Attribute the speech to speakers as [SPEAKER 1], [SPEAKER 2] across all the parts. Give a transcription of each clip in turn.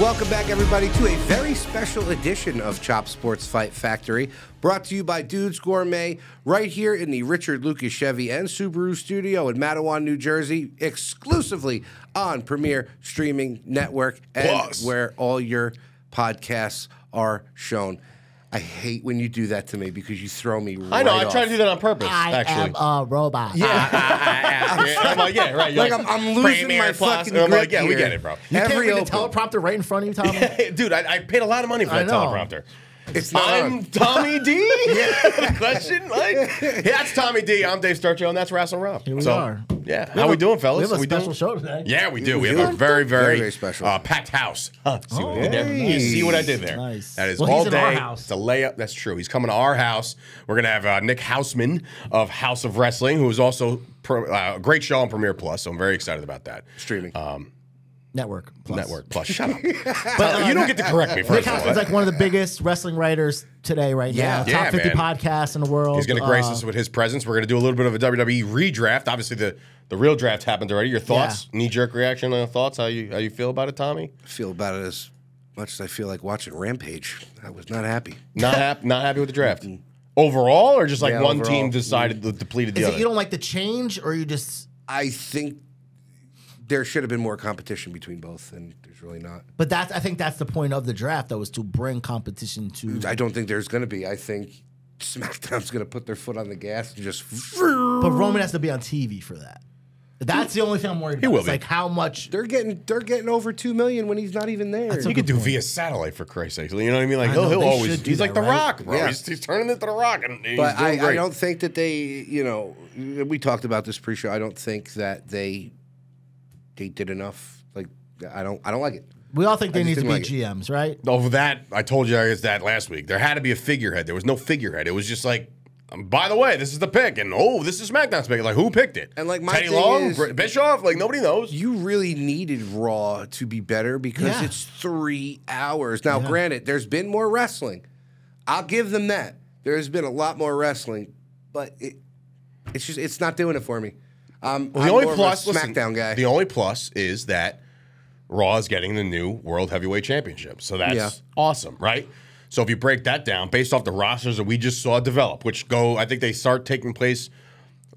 [SPEAKER 1] Welcome back, everybody, to a very special edition of Chop Sports Fight Factory, brought to you by Dudes Gourmet, right here in the Richard Lucas Chevy and Subaru studio in Mattawan, New Jersey, exclusively on Premier Streaming Network and
[SPEAKER 2] Plus.
[SPEAKER 1] where all your podcasts are shown. I hate when you do that to me because you throw me right
[SPEAKER 2] I know. I
[SPEAKER 1] off.
[SPEAKER 2] try to do that on purpose.
[SPEAKER 3] I
[SPEAKER 2] actually.
[SPEAKER 3] am a robot.
[SPEAKER 2] yeah, I'm like, yeah, right. you're
[SPEAKER 1] Like, I'm- I'm losing
[SPEAKER 2] Premier
[SPEAKER 1] my
[SPEAKER 2] Plus.
[SPEAKER 1] fucking
[SPEAKER 2] And I'm like,
[SPEAKER 1] grip
[SPEAKER 2] yeah, we
[SPEAKER 1] here.
[SPEAKER 2] get it, bro.
[SPEAKER 3] You can't
[SPEAKER 1] Every
[SPEAKER 3] read the
[SPEAKER 1] open.
[SPEAKER 3] teleprompter right in front of you, Tom.
[SPEAKER 2] Hey, dude, I, I paid a lot of money for
[SPEAKER 3] I
[SPEAKER 2] that
[SPEAKER 3] know.
[SPEAKER 2] teleprompter.
[SPEAKER 1] It's not
[SPEAKER 2] I'm
[SPEAKER 1] on.
[SPEAKER 2] Tommy D. Question like, yeah, that's Tommy D. I'm Dave Sturgio, and that's Russell Rob.
[SPEAKER 3] Here we are.
[SPEAKER 2] Yeah,
[SPEAKER 3] We
[SPEAKER 2] how
[SPEAKER 3] have
[SPEAKER 2] we
[SPEAKER 3] a-
[SPEAKER 2] doing, fellas?
[SPEAKER 3] We have a
[SPEAKER 2] doing-
[SPEAKER 3] special show today.
[SPEAKER 2] Yeah, we do. We
[SPEAKER 1] We
[SPEAKER 2] have a
[SPEAKER 1] do.
[SPEAKER 2] very, very,
[SPEAKER 1] Very, very special.
[SPEAKER 2] uh, packed house. Huh. See what I did there?
[SPEAKER 1] Nice.
[SPEAKER 2] You see what I did there?
[SPEAKER 3] Oh, Nice.
[SPEAKER 2] That is
[SPEAKER 3] Well, he's
[SPEAKER 2] all
[SPEAKER 3] in
[SPEAKER 2] day.
[SPEAKER 3] our house.
[SPEAKER 2] It's a layup. That's true. He's coming to our house. We're gonna have uh, Nick Houseman of House of Wrestling, who is also pro, uh, a great show on Premiere Plus. So I'm very excited about that.
[SPEAKER 1] streaming.
[SPEAKER 2] Uh.
[SPEAKER 3] Network. Plus.
[SPEAKER 2] Network Plus. Shut up. but you don't get to correct me.
[SPEAKER 3] Nick
[SPEAKER 2] First of all,
[SPEAKER 3] Hoskins like one of the biggest wrestling writers today, right
[SPEAKER 1] Yeah.
[SPEAKER 3] now.
[SPEAKER 2] Yeah,
[SPEAKER 3] Top 50
[SPEAKER 2] man.
[SPEAKER 3] podcasts in the world.
[SPEAKER 2] He's going to grace
[SPEAKER 3] Uh,
[SPEAKER 2] us with his presence. We're going to do a little bit of a WWE redraft. Obviously, the, the real draft happened already. Your thoughts, knee jerk reaction on your thoughts. How you how you feel about it, Tommy?
[SPEAKER 1] feel about it as much as I feel like watching Rampage. I was not happy.
[SPEAKER 2] Not happy. Not happy with the draft overall, or just like
[SPEAKER 1] Yeah,
[SPEAKER 2] one
[SPEAKER 1] overall.
[SPEAKER 2] team decided to
[SPEAKER 3] mm.
[SPEAKER 2] depleted the
[SPEAKER 3] Is
[SPEAKER 2] other.
[SPEAKER 3] it you don't like the change or you just.
[SPEAKER 1] I think there should have been more competition between both, and there's really not.
[SPEAKER 3] But that's, I think that's the point of the draft, though, is to bring competition to.
[SPEAKER 1] I don't think there's going to be. I think SmackDown's going to put their foot on the gas and just.
[SPEAKER 3] But Roman has to be on TV for that. That's the only thing I'm worried about.
[SPEAKER 2] will
[SPEAKER 3] It's
[SPEAKER 2] be.
[SPEAKER 3] like how much.
[SPEAKER 1] They're getting they're getting over two million when he's not even there.
[SPEAKER 3] That's
[SPEAKER 2] he
[SPEAKER 3] a-
[SPEAKER 2] could do via satellite for Christ's sake. You know what I mean? Like
[SPEAKER 3] I
[SPEAKER 2] he'll,
[SPEAKER 3] know,
[SPEAKER 2] he'll
[SPEAKER 3] they
[SPEAKER 2] always.
[SPEAKER 3] should do
[SPEAKER 2] He's like
[SPEAKER 3] that,
[SPEAKER 2] the
[SPEAKER 3] right?
[SPEAKER 2] Rock, bro.
[SPEAKER 1] Yeah.
[SPEAKER 2] He's, he's turning into the Rock, and he's
[SPEAKER 1] but
[SPEAKER 2] doing
[SPEAKER 1] I,
[SPEAKER 2] great.
[SPEAKER 1] I don't think that they, you know, we talked about this pre-show. I don't think that they they did enough. Like I don't I don't like it.
[SPEAKER 3] We all think
[SPEAKER 1] I
[SPEAKER 3] they
[SPEAKER 1] just
[SPEAKER 3] need to be
[SPEAKER 1] didn't like it.
[SPEAKER 3] GMs, right?
[SPEAKER 2] Over that, I told you guys that last week. There had to be a figurehead. There was no figurehead. It was just like, um, by the way, this is the pick, and oh, this is SmackDown's pick. Like, who picked it?
[SPEAKER 1] And, like, my
[SPEAKER 2] Teddy
[SPEAKER 1] thing
[SPEAKER 2] Long,
[SPEAKER 1] is-
[SPEAKER 2] Br- Bischoff. Like, nobody knows.
[SPEAKER 1] you really needed Raw to be better because
[SPEAKER 3] Yeah.
[SPEAKER 1] it's three hours. Now, granted, there's been more wrestling. I'll give them that. There's been a lot more wrestling, but it, it's just it's not doing it for me. Um,
[SPEAKER 2] the
[SPEAKER 1] I'm
[SPEAKER 2] only
[SPEAKER 1] more of a
[SPEAKER 2] plus, listen,
[SPEAKER 1] SmackDown guy.
[SPEAKER 2] The only plus is that Raw is getting the new World Heavyweight Championship, so that's
[SPEAKER 1] Yeah.
[SPEAKER 2] awesome, right? So if you break that down based off the rosters that we just saw develop, which go, I think they start taking place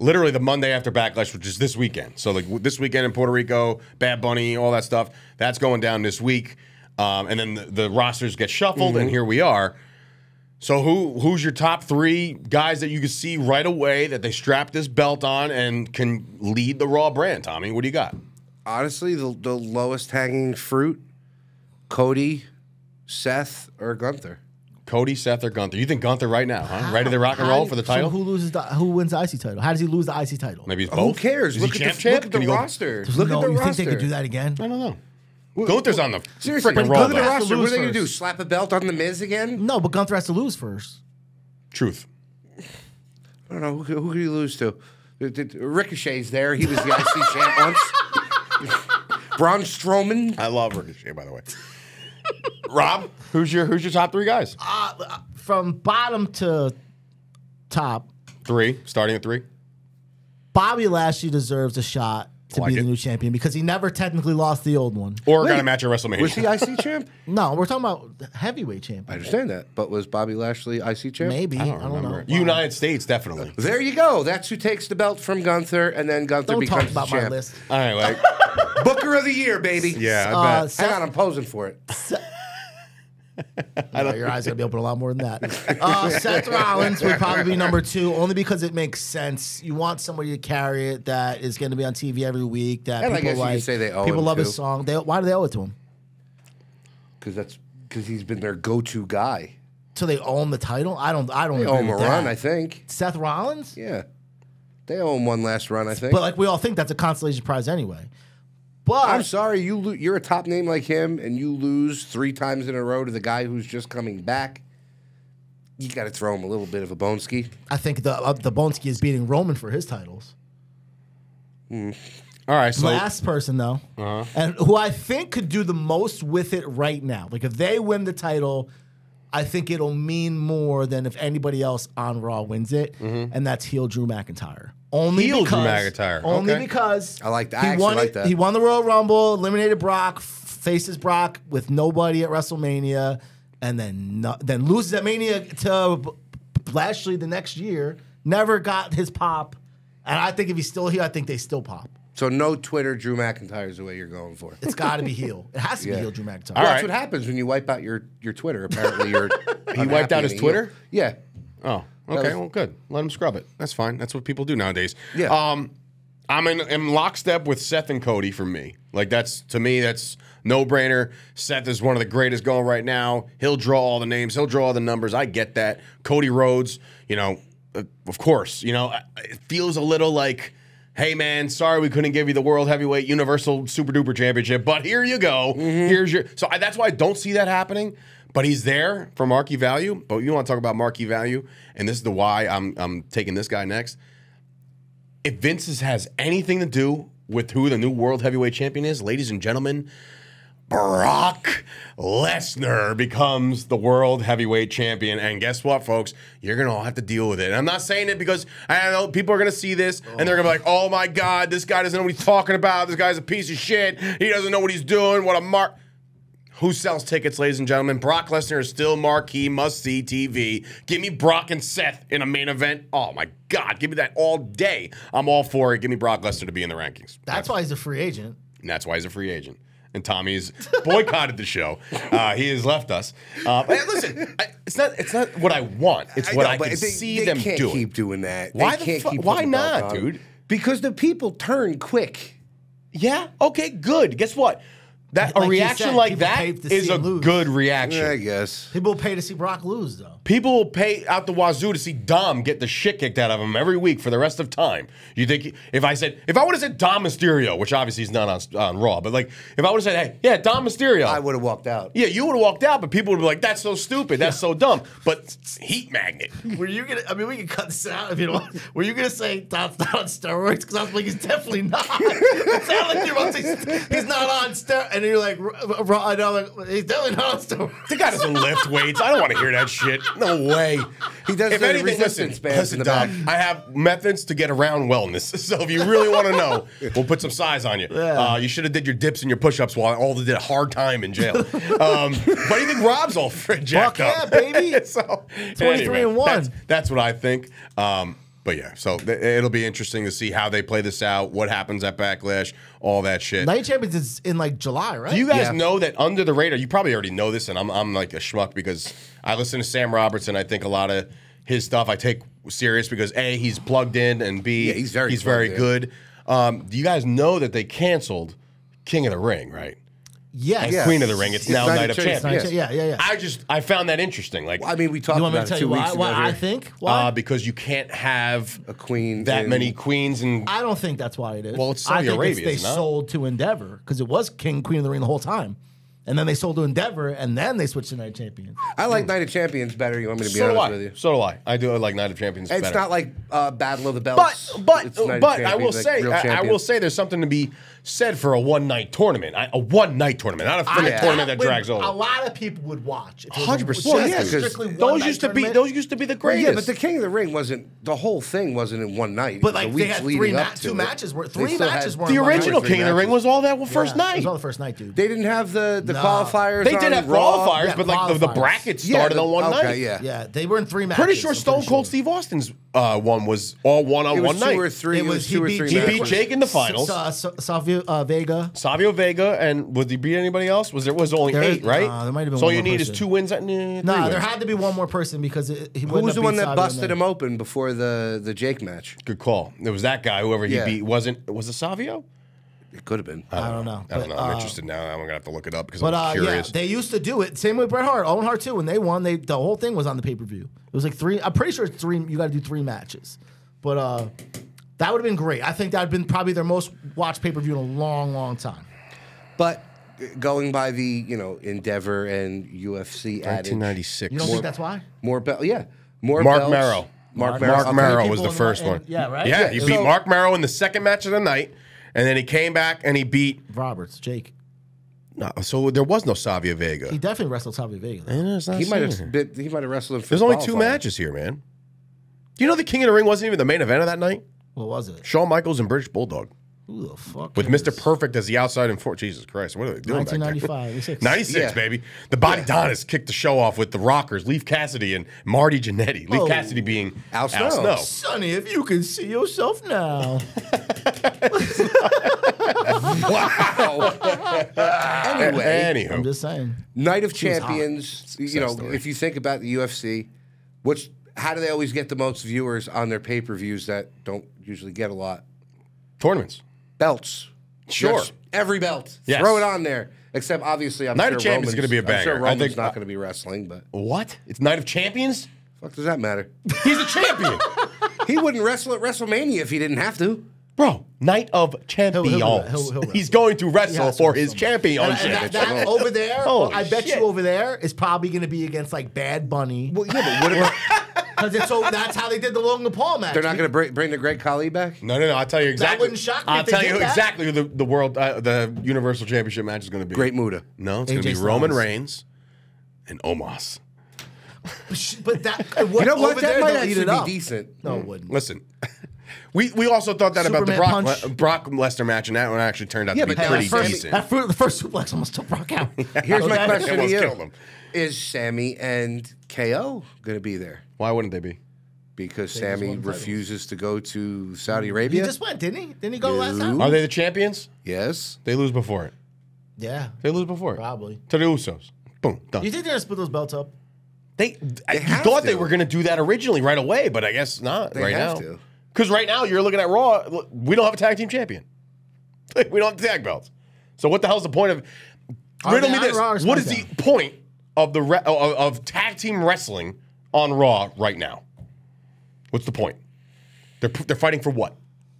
[SPEAKER 2] literally the Monday after Backlash, which is this weekend. So like w- this weekend in Puerto Rico, Bad Bunny, all that stuff, that's going down this week, um, and then the, the rosters get shuffled, and here we are. So who who's your top three guys that you can see right away that they strap this belt on and can lead the Raw brand? Tommy, what do you got?
[SPEAKER 1] Honestly, the, the lowest hanging fruit, Cody, Seth, or Gunther.
[SPEAKER 2] Cody, Seth, or Gunther? You think Gunther right now, huh? Ready to rock and
[SPEAKER 3] How
[SPEAKER 2] roll
[SPEAKER 3] do-
[SPEAKER 2] for the
[SPEAKER 3] so
[SPEAKER 2] title?
[SPEAKER 3] who loses? The, who wins the IC title? How does he lose the IC title?
[SPEAKER 2] Maybe it's
[SPEAKER 1] Who
[SPEAKER 2] both.
[SPEAKER 1] cares?
[SPEAKER 2] Is
[SPEAKER 1] Look
[SPEAKER 2] he
[SPEAKER 1] at,
[SPEAKER 2] champ,
[SPEAKER 1] the,
[SPEAKER 2] champ?
[SPEAKER 1] look at the
[SPEAKER 2] Can he go-
[SPEAKER 1] roster.
[SPEAKER 3] There's
[SPEAKER 1] Look
[SPEAKER 3] no,
[SPEAKER 1] at the
[SPEAKER 3] you
[SPEAKER 1] roster.
[SPEAKER 3] think they could do that again?
[SPEAKER 2] I don't know. Gunther's on the
[SPEAKER 1] Seriously,
[SPEAKER 2] freaking roll.
[SPEAKER 1] look at the
[SPEAKER 2] though.
[SPEAKER 1] roster. What are
[SPEAKER 3] Lose
[SPEAKER 1] they going to do?
[SPEAKER 3] first.
[SPEAKER 1] Slap a belt on the Miz again?
[SPEAKER 3] No, but Gunther has to lose first.
[SPEAKER 2] Truth.
[SPEAKER 1] I don't know who, who could he lose to. Th- th- Ricochet's there. He was the IC champ once. Braun Strowman.
[SPEAKER 2] I love Ricochet, by the way. Rob, who's your who's your top three guys?
[SPEAKER 3] From bottom to top,
[SPEAKER 2] Three, starting at three.
[SPEAKER 3] Bobby Lashley deserves a shot to
[SPEAKER 2] Like
[SPEAKER 3] be
[SPEAKER 2] it.
[SPEAKER 3] the new champion because he never technically lost the old one.
[SPEAKER 2] Or got a match at WrestleMania.
[SPEAKER 1] Was he IC champ?
[SPEAKER 3] No, we're talking about the heavyweight
[SPEAKER 1] I
[SPEAKER 3] champion.
[SPEAKER 1] understand that, but was Bobby Lashley IC champ?
[SPEAKER 3] Maybe I don't,
[SPEAKER 2] Remember.
[SPEAKER 3] know.
[SPEAKER 2] United States, definitely.
[SPEAKER 1] There you go. That's who takes the belt from Gunther, and then Gunther
[SPEAKER 3] Don't
[SPEAKER 1] becomes
[SPEAKER 3] talk about
[SPEAKER 1] the champ.
[SPEAKER 3] my list.
[SPEAKER 2] All right, like
[SPEAKER 1] Booker of the year, baby.
[SPEAKER 2] yeah, I bet.
[SPEAKER 3] Uh,
[SPEAKER 1] Hang
[SPEAKER 3] Seth,
[SPEAKER 1] on, I'm posing for it.
[SPEAKER 3] I know your eyes are gonna be open a lot more than that. Uh, Seth Rollins would probably be number two, only because it makes sense. You want somebody to carry it that is going to be on TV every week. That
[SPEAKER 1] And I
[SPEAKER 3] people
[SPEAKER 1] guess you could
[SPEAKER 3] like.
[SPEAKER 1] say they owe
[SPEAKER 3] people
[SPEAKER 1] him
[SPEAKER 3] love
[SPEAKER 1] too.
[SPEAKER 3] his song. They, why do they owe it to him?
[SPEAKER 1] Because that's because he's been their go-to guy.
[SPEAKER 3] So they own the title. I don't. I don't.
[SPEAKER 1] They
[SPEAKER 3] agree
[SPEAKER 1] owe him a
[SPEAKER 3] with
[SPEAKER 1] run,
[SPEAKER 3] that.
[SPEAKER 1] I think.
[SPEAKER 3] Seth Rollins.
[SPEAKER 1] Yeah, they owe him one last run, I think.
[SPEAKER 3] But like we all think that's a consolation prize anyway.
[SPEAKER 1] I'm
[SPEAKER 3] But
[SPEAKER 1] sorry, you lo- you're a top name like him, and you lose three times in a row to the guy who's just coming back. You got to throw him a little bit of a bone ski.
[SPEAKER 3] I think the uh, the Bonski is beating Roman for his titles.
[SPEAKER 2] All right, so
[SPEAKER 3] Last person though,
[SPEAKER 2] Uh-huh.
[SPEAKER 3] and who I think could do the most with it right now. Like if they win the title, I think it'll mean more than if anybody else on Raw wins it, and that's heel Drew McIntyre. Only
[SPEAKER 2] Mm-hmm. Heel Drew
[SPEAKER 3] because,
[SPEAKER 2] McIntyre,
[SPEAKER 3] Only
[SPEAKER 2] okay.
[SPEAKER 3] because
[SPEAKER 1] I like that. I
[SPEAKER 3] He
[SPEAKER 1] actually
[SPEAKER 3] won
[SPEAKER 1] like
[SPEAKER 3] it-
[SPEAKER 1] that.
[SPEAKER 3] He won the Royal Rumble, eliminated Brock, f- faces Brock with nobody at WrestleMania, and then no, then loses at Mania to B- B- Lashley the next year. Never got his pop, and I think if he's still here, I think they still pop.
[SPEAKER 1] So no Twitter, Drew McIntyre is the way you're going for.
[SPEAKER 3] It's got to be heel. It has to be heel, Drew McIntyre.
[SPEAKER 1] Well,
[SPEAKER 2] All
[SPEAKER 1] That's
[SPEAKER 2] right.
[SPEAKER 1] what happens when you wipe out your, your Twitter. Apparently, you're he
[SPEAKER 2] wiped out his Twitter?
[SPEAKER 1] Yeah,
[SPEAKER 2] Oh, okay.
[SPEAKER 1] was-
[SPEAKER 2] well, good. Let him scrub it. That's fine. That's what people do nowadays.
[SPEAKER 1] Yeah.
[SPEAKER 2] Um, I'm in, in lockstep with Seth and Cody for me. Like that's to me, that's no brainer. Seth is one of the greatest going right now. He'll draw all the names. He'll draw all the numbers. I get that. Cody Rhodes, you know, uh, of course, you know, I- I- it feels a little like. Hey man, sorry we couldn't give you the world heavyweight universal super duper championship, but here you go. Here's your. So I, that's why I don't see that happening. But he's there for marquee value. But you want to talk about marquee value, and this is the why I'm I'm taking this guy next if Vince is- has anything to do with who the new world heavyweight champion is, ladies and gentlemen, Brock Lesnar becomes the world heavyweight champion. And guess what, folks? You're going to all have to deal with it. And I'm not saying it because I know people are going to see this and they're going to be like, oh my God, this guy doesn't know what he's talking about. This guy's a piece of shit. He doesn't know what he's doing. What a mark. Who sells tickets, ladies and gentlemen? Brock Lesnar is still marquee, must see TV. Give me Brock and Seth in a main event. Oh my God, give me that all day. I'm all for it. Give me Brock Lesnar to be in the rankings.
[SPEAKER 3] That's why he's a free agent.
[SPEAKER 2] And that's why he's a free agent. And Tommy's boycotted the show. Uh, he has left us. Uh, but listen, I, it's not it's not what I want. It's what I,
[SPEAKER 1] know,
[SPEAKER 2] can
[SPEAKER 1] but they-
[SPEAKER 2] see
[SPEAKER 1] they
[SPEAKER 2] them
[SPEAKER 1] can't
[SPEAKER 2] doing.
[SPEAKER 1] Keep doing that. They
[SPEAKER 2] Why the
[SPEAKER 1] can't
[SPEAKER 2] fu-
[SPEAKER 1] keep
[SPEAKER 2] why
[SPEAKER 1] putting the belt
[SPEAKER 2] not,
[SPEAKER 1] on them.
[SPEAKER 2] dude?
[SPEAKER 1] Because the people turn quick.
[SPEAKER 2] Yeah. Okay. Good. Guess what? That
[SPEAKER 3] Like
[SPEAKER 2] a
[SPEAKER 3] you
[SPEAKER 2] reaction
[SPEAKER 3] said,
[SPEAKER 2] like
[SPEAKER 3] people
[SPEAKER 2] that
[SPEAKER 3] pay to
[SPEAKER 2] is
[SPEAKER 3] see
[SPEAKER 2] a
[SPEAKER 3] him lose.
[SPEAKER 2] good reaction.
[SPEAKER 1] I guess.
[SPEAKER 3] People pay to see Brock lose though.
[SPEAKER 2] People will pay out the wazoo to see Dom get the shit kicked out of him every week for the rest of time. You think if I said if I would have said Dom Mysterio, which obviously he's not on, on Raw, but like if I would have said, hey, yeah, Dom Mysterio,
[SPEAKER 1] I would have walked out.
[SPEAKER 2] yeah, you would have walked out, but people would be like, that's so stupid, that's so dumb. But heat magnet.
[SPEAKER 3] Were you gonna? I mean, we can cut this out if you don't. want. Were you gonna say Dom's not on steroids? Because I was like, he's definitely not. it sounded like you're about to say he's not on steroids, and you're like, "R- r- and I'm like, he's definitely not on steroids.
[SPEAKER 2] The guy doesn't lift weights. I don't want to hear that shit. No way.
[SPEAKER 1] He does
[SPEAKER 2] If
[SPEAKER 1] the
[SPEAKER 2] anything, listen,
[SPEAKER 1] resistance bands in
[SPEAKER 2] listen,
[SPEAKER 1] the
[SPEAKER 2] Dom.
[SPEAKER 1] back.
[SPEAKER 2] I have methods to get around wellness. So if you really want to know, we'll put some size on you.
[SPEAKER 3] Yeah.
[SPEAKER 2] Uh, you should have did your dips and your push-ups while I all did a hard time in jail. Um, but I think Rob's all fr- jacked
[SPEAKER 3] Fuck yeah,
[SPEAKER 2] up.
[SPEAKER 3] baby.
[SPEAKER 2] so
[SPEAKER 3] 23 and one.
[SPEAKER 2] That's, that's what I think. Um, but yeah, so th- it'll be interesting to see how they play this out, what happens at Backlash, all that shit.
[SPEAKER 3] Night Champions is in like July, right?
[SPEAKER 2] Do you guys
[SPEAKER 1] Yeah.
[SPEAKER 2] know that under the radar? You probably already know this, and I'm I'm like a schmuck because I listen to Sam Robertson. I think a lot of his stuff I take serious because a he's plugged in, and b
[SPEAKER 1] Yeah, he's very
[SPEAKER 2] he's very
[SPEAKER 1] plugged
[SPEAKER 2] good. Um, do you guys know that they canceled King of the Ring, right?
[SPEAKER 3] yes.
[SPEAKER 1] Yeah.
[SPEAKER 2] Queen of the Ring. It's,
[SPEAKER 1] It's
[SPEAKER 2] now
[SPEAKER 1] Night
[SPEAKER 2] Night
[SPEAKER 1] of
[SPEAKER 2] of
[SPEAKER 1] Champions,
[SPEAKER 2] Champions.
[SPEAKER 3] Night Cha- yeah, yeah, yeah.
[SPEAKER 2] I just I found that interesting. Like
[SPEAKER 1] I mean, we talked
[SPEAKER 3] you want me
[SPEAKER 1] about
[SPEAKER 3] to tell
[SPEAKER 1] it two
[SPEAKER 3] you why?
[SPEAKER 1] weeks
[SPEAKER 3] Why
[SPEAKER 1] ago.
[SPEAKER 3] I
[SPEAKER 1] here.
[SPEAKER 3] think? Why?
[SPEAKER 2] uh, because you can't have
[SPEAKER 1] a queen
[SPEAKER 2] that
[SPEAKER 1] in-
[SPEAKER 2] many queens and
[SPEAKER 3] I don't think that's why it is.
[SPEAKER 2] Well, it's
[SPEAKER 3] I
[SPEAKER 2] Saudi
[SPEAKER 3] think
[SPEAKER 2] Arabia,
[SPEAKER 3] They
[SPEAKER 2] isn't it?
[SPEAKER 3] sold to Endeavor because it was King Queen of the Ring the whole time, and then they sold to Endeavor, and then they switched to Night Champions.
[SPEAKER 1] I like Night of Champions better. You want me to be
[SPEAKER 2] so do
[SPEAKER 1] honest
[SPEAKER 2] I.
[SPEAKER 1] with you?
[SPEAKER 2] So do I. I do like Night of Champions.
[SPEAKER 1] It's
[SPEAKER 2] better.
[SPEAKER 1] not like uh, Battle of the Belts.
[SPEAKER 2] But but
[SPEAKER 1] It's Night of
[SPEAKER 2] but I will
[SPEAKER 1] Champions, like
[SPEAKER 2] say
[SPEAKER 1] real
[SPEAKER 2] I, I will
[SPEAKER 1] champions.
[SPEAKER 2] say there's something to be said for a one night tournament. I, a one night tournament, not a freaking
[SPEAKER 1] Yeah.
[SPEAKER 2] tournament that
[SPEAKER 3] would-
[SPEAKER 2] drags
[SPEAKER 3] A
[SPEAKER 2] over.
[SPEAKER 3] lot of people would watch. if it was a-
[SPEAKER 2] 100%.
[SPEAKER 3] just
[SPEAKER 1] Yeah,
[SPEAKER 3] a
[SPEAKER 1] 'cause
[SPEAKER 3] strictly
[SPEAKER 2] Those
[SPEAKER 3] one-night
[SPEAKER 2] used to be
[SPEAKER 3] tournament.
[SPEAKER 2] those used to be the greatest.
[SPEAKER 1] Yeah, but the King of the Ring wasn't the whole thing wasn't in one night. It was
[SPEAKER 3] But, like,
[SPEAKER 1] the
[SPEAKER 3] they
[SPEAKER 1] weeks
[SPEAKER 3] had three
[SPEAKER 1] leading
[SPEAKER 3] ma-
[SPEAKER 1] up to
[SPEAKER 3] two
[SPEAKER 1] it.
[SPEAKER 3] matches were-
[SPEAKER 1] They
[SPEAKER 3] three
[SPEAKER 1] still
[SPEAKER 3] matches
[SPEAKER 1] had
[SPEAKER 3] were
[SPEAKER 1] two
[SPEAKER 2] the
[SPEAKER 1] or
[SPEAKER 2] original
[SPEAKER 1] three
[SPEAKER 2] King of the Ring
[SPEAKER 1] matches.
[SPEAKER 2] was all that first
[SPEAKER 3] Yeah, It
[SPEAKER 2] night.
[SPEAKER 3] was all the first night, dude.
[SPEAKER 1] They didn't have the the
[SPEAKER 3] No.
[SPEAKER 1] qualifiers.
[SPEAKER 2] They did
[SPEAKER 1] on
[SPEAKER 2] have
[SPEAKER 1] Raw.
[SPEAKER 2] qualifiers,
[SPEAKER 3] Yeah,
[SPEAKER 2] but like the, the
[SPEAKER 3] qualifiers.
[SPEAKER 2] bracket
[SPEAKER 1] Yeah,
[SPEAKER 2] started
[SPEAKER 1] the-
[SPEAKER 2] on one
[SPEAKER 1] okay,
[SPEAKER 2] night.
[SPEAKER 1] yeah.
[SPEAKER 3] yeah, they were in three matches.
[SPEAKER 2] Pretty sure
[SPEAKER 3] I'm
[SPEAKER 2] Stone Cold
[SPEAKER 3] sure.
[SPEAKER 2] Steve Austin's uh, one was all one on
[SPEAKER 1] It was
[SPEAKER 2] one
[SPEAKER 1] two
[SPEAKER 2] night.
[SPEAKER 1] or three.
[SPEAKER 3] It
[SPEAKER 1] It was,
[SPEAKER 3] was- he
[SPEAKER 1] two or
[SPEAKER 3] beat
[SPEAKER 1] three.
[SPEAKER 2] he beat
[SPEAKER 1] matches.
[SPEAKER 2] Jake in the finals.
[SPEAKER 3] Sa- Sa- Savio uh, Vega.
[SPEAKER 2] Savio Vega and would he beat anybody else? Was there was only
[SPEAKER 3] There-
[SPEAKER 2] eight, right?
[SPEAKER 3] nah, there might have been
[SPEAKER 2] so all
[SPEAKER 3] one
[SPEAKER 2] you
[SPEAKER 3] more
[SPEAKER 2] need is
[SPEAKER 3] person.
[SPEAKER 2] two wins. at- nah,
[SPEAKER 3] No,
[SPEAKER 2] three
[SPEAKER 3] there
[SPEAKER 2] wins.
[SPEAKER 3] had to be one more person because it, he
[SPEAKER 1] Who was the one that busted him open before the the Jake match?
[SPEAKER 2] Good call. It was that guy, whoever he
[SPEAKER 1] Yeah.
[SPEAKER 2] beat. Wasn't was it Savio?
[SPEAKER 1] It could have been.
[SPEAKER 3] I don't know.
[SPEAKER 2] I don't
[SPEAKER 3] But,
[SPEAKER 2] know. I'm
[SPEAKER 3] uh,
[SPEAKER 2] interested now. I'm gonna have to look it up because
[SPEAKER 3] But
[SPEAKER 2] I'm
[SPEAKER 3] uh, yeah,
[SPEAKER 2] curious.
[SPEAKER 3] they used to do it. Same with Bret Hart, Owen Hart too. When they won, they the whole thing was on the pay per view. It was like three. I'm pretty sure it's three. You got to do three matches, but uh, that would have been great. I think that had been probably their most watched pay per view in a long, long time.
[SPEAKER 1] But going by the you know Endeavor and UFC adage,
[SPEAKER 2] 1996.
[SPEAKER 3] You don't think that's why?
[SPEAKER 1] more belt. Yeah, more
[SPEAKER 2] Mark
[SPEAKER 1] belts.
[SPEAKER 2] Merrow.
[SPEAKER 1] Mark Merrow.
[SPEAKER 2] Mark
[SPEAKER 1] Okay.
[SPEAKER 2] Merrow
[SPEAKER 3] People
[SPEAKER 2] was the
[SPEAKER 3] in the-
[SPEAKER 2] first
[SPEAKER 3] in-
[SPEAKER 2] one.
[SPEAKER 3] yeah, right?
[SPEAKER 2] Yeah,
[SPEAKER 3] Yeah,
[SPEAKER 2] he
[SPEAKER 3] so-
[SPEAKER 2] beat Mark Merrow in the second match of the night, and then he came back and he beat.
[SPEAKER 3] Roberts, Jake,
[SPEAKER 2] No, so there was no Savio Vega.
[SPEAKER 3] he definitely wrestled Savio Vega. though.
[SPEAKER 2] Yeah, it's not
[SPEAKER 1] He might
[SPEAKER 2] saying
[SPEAKER 1] have.
[SPEAKER 2] here.
[SPEAKER 1] Been, he might have wrestled. him For
[SPEAKER 2] There's only two
[SPEAKER 1] qualifier.
[SPEAKER 2] matches here, man. Do you know the King of the Ring wasn't even the main event of that night?
[SPEAKER 3] What was it?
[SPEAKER 2] Shawn Michaels and British Bulldog.
[SPEAKER 3] Who the fuck?
[SPEAKER 2] With
[SPEAKER 3] cares?
[SPEAKER 2] Mr. Perfect as the outside enforcer. Jesus Christ, what are they doing? back there?
[SPEAKER 3] 1995, 96.
[SPEAKER 2] 96,
[SPEAKER 1] Yeah.
[SPEAKER 2] baby. The Body Donnas kicked the show off with the Rockers, Leaf Cassidy and Marty Jannetty. Leaf
[SPEAKER 3] Oh.
[SPEAKER 2] Cassidy being
[SPEAKER 1] Al
[SPEAKER 2] Al
[SPEAKER 1] Snow.
[SPEAKER 2] Snow.
[SPEAKER 3] Sonny, if you can see yourself now.
[SPEAKER 1] Wow. Oh. anyway,
[SPEAKER 3] I'm
[SPEAKER 2] Anywho,
[SPEAKER 3] just saying.
[SPEAKER 1] Night of Champions. You know,
[SPEAKER 2] story.
[SPEAKER 1] if you think about the UFC, what's how do they always get the most viewers on their pay per views that don't usually get a lot?
[SPEAKER 2] tournaments.
[SPEAKER 1] Belts.
[SPEAKER 2] Sure.
[SPEAKER 1] Yes, every belt.
[SPEAKER 2] Yes.
[SPEAKER 1] Throw it on there. Except obviously, I'm
[SPEAKER 2] Night of
[SPEAKER 1] sure
[SPEAKER 2] Champions is
[SPEAKER 1] Roman's-
[SPEAKER 2] gonna be a
[SPEAKER 1] I'm sure
[SPEAKER 2] banger. I
[SPEAKER 1] Roman's
[SPEAKER 2] think-
[SPEAKER 1] not going to be wrestling, but
[SPEAKER 2] What? It's Night of Champions?
[SPEAKER 1] fuck does that matter?
[SPEAKER 2] He's a champion.
[SPEAKER 1] he wouldn't wrestle at WrestleMania if he didn't have to.
[SPEAKER 2] Bro, Night of
[SPEAKER 3] he'll-
[SPEAKER 2] Champions.
[SPEAKER 3] he'll- he'll
[SPEAKER 2] He's going to
[SPEAKER 3] He
[SPEAKER 2] wrestle
[SPEAKER 3] has to
[SPEAKER 2] for
[SPEAKER 3] wrestle
[SPEAKER 2] his Oh,
[SPEAKER 3] somebody. And,
[SPEAKER 2] championship.
[SPEAKER 3] and that, that over there,
[SPEAKER 2] Holy
[SPEAKER 3] I bet
[SPEAKER 2] shit.
[SPEAKER 3] you over there is probably going to be against like Bad Bunny.
[SPEAKER 1] Well, yeah, but what about,
[SPEAKER 3] Because it's so that's how they did the Logan Paul match.
[SPEAKER 1] they're not going to bring, bring the Great Khali back?
[SPEAKER 2] no, no, no. I'll tell you exactly.
[SPEAKER 3] wouldn't shock me
[SPEAKER 2] I'll
[SPEAKER 3] if they
[SPEAKER 2] tell
[SPEAKER 3] did
[SPEAKER 2] you
[SPEAKER 3] that.
[SPEAKER 2] exactly who the, the world, uh, the Universal Championship match is going to be.
[SPEAKER 1] Great Muda.
[SPEAKER 2] No, it's going to
[SPEAKER 3] AJ
[SPEAKER 2] be Roman
[SPEAKER 3] Styles.
[SPEAKER 2] Reigns and Omos.
[SPEAKER 3] But that
[SPEAKER 1] You know what?
[SPEAKER 3] Over
[SPEAKER 1] That
[SPEAKER 3] there,
[SPEAKER 1] might
[SPEAKER 3] they'll eat
[SPEAKER 1] actually
[SPEAKER 3] it
[SPEAKER 1] be
[SPEAKER 3] up.
[SPEAKER 1] decent.
[SPEAKER 3] No, it wouldn't.
[SPEAKER 2] Listen, we we also thought that about the
[SPEAKER 3] Superman
[SPEAKER 2] Brock,
[SPEAKER 3] punch.
[SPEAKER 2] Brock Lesnar match, and that one actually turned out
[SPEAKER 1] Yeah,
[SPEAKER 2] to be
[SPEAKER 1] but that
[SPEAKER 2] pretty
[SPEAKER 1] was first-
[SPEAKER 2] decent.
[SPEAKER 3] That fir- the first suplex almost took Brock out.
[SPEAKER 1] Here's my
[SPEAKER 3] Okay.
[SPEAKER 1] question to
[SPEAKER 2] Almost
[SPEAKER 1] you:
[SPEAKER 2] killed him.
[SPEAKER 1] Is Sammy and KO going to be there?
[SPEAKER 2] Why wouldn't they be?
[SPEAKER 1] Because Sammy
[SPEAKER 3] won titles.
[SPEAKER 1] refuses to go to Saudi
[SPEAKER 3] He
[SPEAKER 1] Arabia.
[SPEAKER 3] just went, didn't he? Didn't he go last
[SPEAKER 1] You-
[SPEAKER 3] time?
[SPEAKER 2] Are they the champions?
[SPEAKER 1] yes.
[SPEAKER 2] They lose before it.
[SPEAKER 3] Yeah,
[SPEAKER 2] They lose before it.
[SPEAKER 3] probably.
[SPEAKER 2] To the Usos. Boom.
[SPEAKER 3] You
[SPEAKER 2] Done.
[SPEAKER 3] think they're gonna split those belts up?
[SPEAKER 2] They, I you
[SPEAKER 1] have
[SPEAKER 2] thought
[SPEAKER 1] to.
[SPEAKER 2] they were going to do that originally right away, but I guess not
[SPEAKER 1] They
[SPEAKER 2] right
[SPEAKER 1] have
[SPEAKER 2] now.
[SPEAKER 1] to.
[SPEAKER 2] Because right now you're looking at Raw. look, We don't have a tag team champion. we don't have tag belts. So what the hell's the point of?
[SPEAKER 3] Are
[SPEAKER 2] riddle
[SPEAKER 3] they
[SPEAKER 2] me
[SPEAKER 3] on
[SPEAKER 2] this.
[SPEAKER 3] Raw or
[SPEAKER 2] What is the
[SPEAKER 3] SmackDown?
[SPEAKER 2] point of the re- of, of tag team wrestling on Raw right now? What's the point? They're they're fighting for what?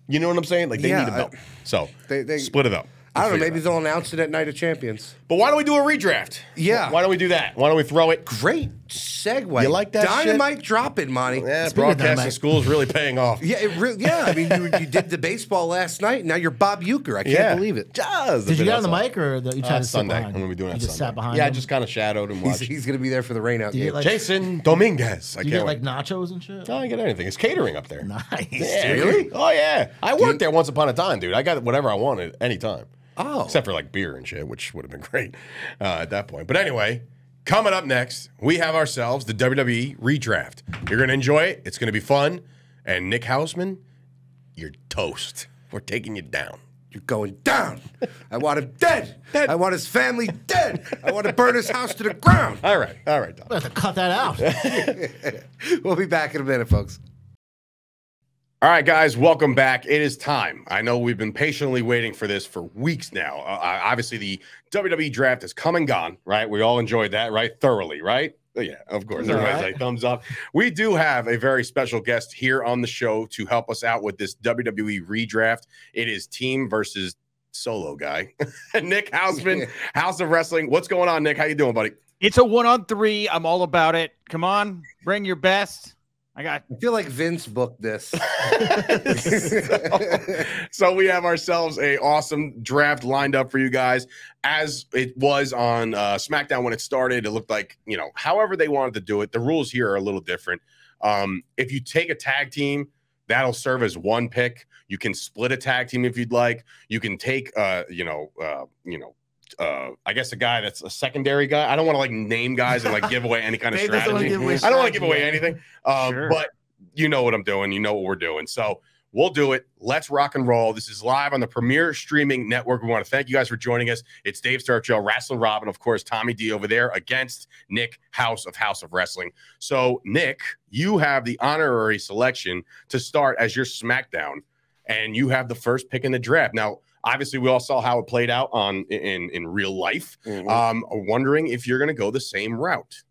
[SPEAKER 2] You know what I'm saying? Like they
[SPEAKER 1] Yeah,
[SPEAKER 2] need a belt.
[SPEAKER 1] I-
[SPEAKER 2] so
[SPEAKER 1] They- they-
[SPEAKER 2] split it up.
[SPEAKER 1] I
[SPEAKER 2] We'll
[SPEAKER 1] don't know.
[SPEAKER 2] figure
[SPEAKER 1] Maybe
[SPEAKER 2] it
[SPEAKER 1] they'll announce it at Night of Champions.
[SPEAKER 2] out. But why don't we do a redraft?
[SPEAKER 1] Yeah.
[SPEAKER 2] Why don't we do that? Why don't we throw it?
[SPEAKER 1] Great segue.
[SPEAKER 2] You like that
[SPEAKER 1] Dynamite drop it, Monty. Yeah.
[SPEAKER 2] Yeah,
[SPEAKER 3] Speaking of
[SPEAKER 2] broadcasting
[SPEAKER 3] Dynamite.
[SPEAKER 2] school is really paying off.
[SPEAKER 1] it really. Yeah, I mean, you, you did the baseball last night. Now you're Bob Euchre. I can't believe it.
[SPEAKER 2] Just
[SPEAKER 3] Did
[SPEAKER 2] a
[SPEAKER 3] you
[SPEAKER 2] bit
[SPEAKER 3] get on the
[SPEAKER 2] outside.
[SPEAKER 3] mic or the, you tried
[SPEAKER 2] Uh,
[SPEAKER 3] to sit
[SPEAKER 2] Sunday. I'm
[SPEAKER 3] behind?
[SPEAKER 2] gonna be doing
[SPEAKER 3] you
[SPEAKER 2] that.
[SPEAKER 3] just
[SPEAKER 2] Sunday.
[SPEAKER 3] sat behind.
[SPEAKER 2] Yeah, I
[SPEAKER 3] him?
[SPEAKER 2] just kind of shadowed and
[SPEAKER 1] He's,
[SPEAKER 2] watched.
[SPEAKER 1] he's going to be there for the rainout
[SPEAKER 3] you
[SPEAKER 1] game.
[SPEAKER 3] get, like-
[SPEAKER 2] Jason Dominguez. I
[SPEAKER 3] You
[SPEAKER 2] can't
[SPEAKER 3] get
[SPEAKER 2] wait.
[SPEAKER 3] like nachos and shit.
[SPEAKER 2] No, I get anything. It's catering up there.
[SPEAKER 3] Nice.
[SPEAKER 2] Yeah,
[SPEAKER 3] dude.
[SPEAKER 1] really?
[SPEAKER 2] dude. Oh yeah. I worked there once upon a time, dude. I got whatever I wanted anytime.
[SPEAKER 1] Oh.
[SPEAKER 2] Except for like beer and shit, which would have been great uh, at that point. But anyway, coming up next, we have ourselves the WWE redraft. You're gonna enjoy it. It's gonna be fun. And Nick Hausman, you're toast. We're taking you down.
[SPEAKER 1] You're going down. I want him dead. I want his family dead. I want to burn his house to the ground.
[SPEAKER 2] All right. All right, Doc.
[SPEAKER 3] I have to cut that out.
[SPEAKER 1] We'll be back in a minute, folks.
[SPEAKER 2] All right, guys, welcome back. It is time. I know we've been patiently waiting for this for weeks now. Uh, Uh, obviously, the WWE draft has come and gone, right? We all enjoyed that, right? Thoroughly, right? Oh, Yeah, of course.
[SPEAKER 3] Yeah.
[SPEAKER 2] Everybody's like, thumbs up. We do have a very special guest here on the show to help us out with this WWE redraft. It is team versus solo guy, Nick Hausman, House of Wrestling. What's going on, Nick? How you doing, buddy?
[SPEAKER 4] It's a one on three. I'm all about it. Come on, bring your best. I got
[SPEAKER 1] I feel like Vince booked this.
[SPEAKER 2] so, so we have ourselves a awesome draft lined up for you guys as it was on uh, smackdown when it started it looked like you know however they wanted to do it the rules here are a little different um, if you take a tag team that'll serve as one pick you can split a tag team if you'd like you can take uh, you know uh, you know uh, I guess a guy that's a secondary guy. I don't want to like name guys and like give away any kind of
[SPEAKER 3] Dave doesn't
[SPEAKER 2] strategy.
[SPEAKER 3] wanna give away
[SPEAKER 2] I don't want to
[SPEAKER 3] strategy,
[SPEAKER 2] give away
[SPEAKER 3] yeah.
[SPEAKER 2] anything. Um,
[SPEAKER 4] Sure.
[SPEAKER 2] But you know what I'm doing. You know what we're doing. So we'll do it. Let's rock and roll. This is live on the Premier Streaming Network. We want to thank you guys for joining us. It's Dave Starchill, Wrestling Robin, of course, Tommy D over there against Nick House of House of Wrestling. So, Nick, you have the honorary selection to start as your SmackDown, and you have the first pick in the draft. Now, obviously, we all saw how it played out on in in real life.
[SPEAKER 1] Oh,
[SPEAKER 2] Um, wondering if you're going to go the same route.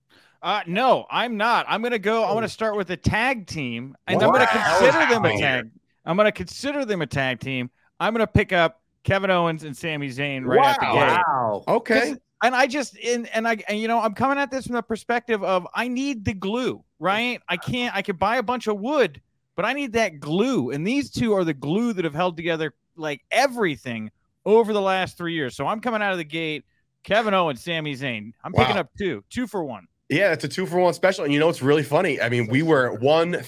[SPEAKER 4] uh no, I'm not. I'm gonna go. I want to start with a tag team, and I'm
[SPEAKER 2] Wow.
[SPEAKER 4] gonna consider them
[SPEAKER 2] Wow.
[SPEAKER 4] a tag. I'm gonna consider them a tag team. I'm gonna pick up Kevin Owens and Sami Zayn right out the gate.
[SPEAKER 2] Wow.
[SPEAKER 1] wow.
[SPEAKER 2] Okay.
[SPEAKER 4] and I just and and I and you know I'm coming at this from the perspective of I need the glue, right? I can't I could buy a bunch of wood, but I need that glue, and these two are the glue that have held together like everything over the last three years. So I'm coming out of the gate, Kevin Owens, Sami Zayn. I'm picking
[SPEAKER 2] Wow.
[SPEAKER 4] up two, two for one.
[SPEAKER 2] Yeah, it's a two for one special. And you know, it's really funny. I mean, we were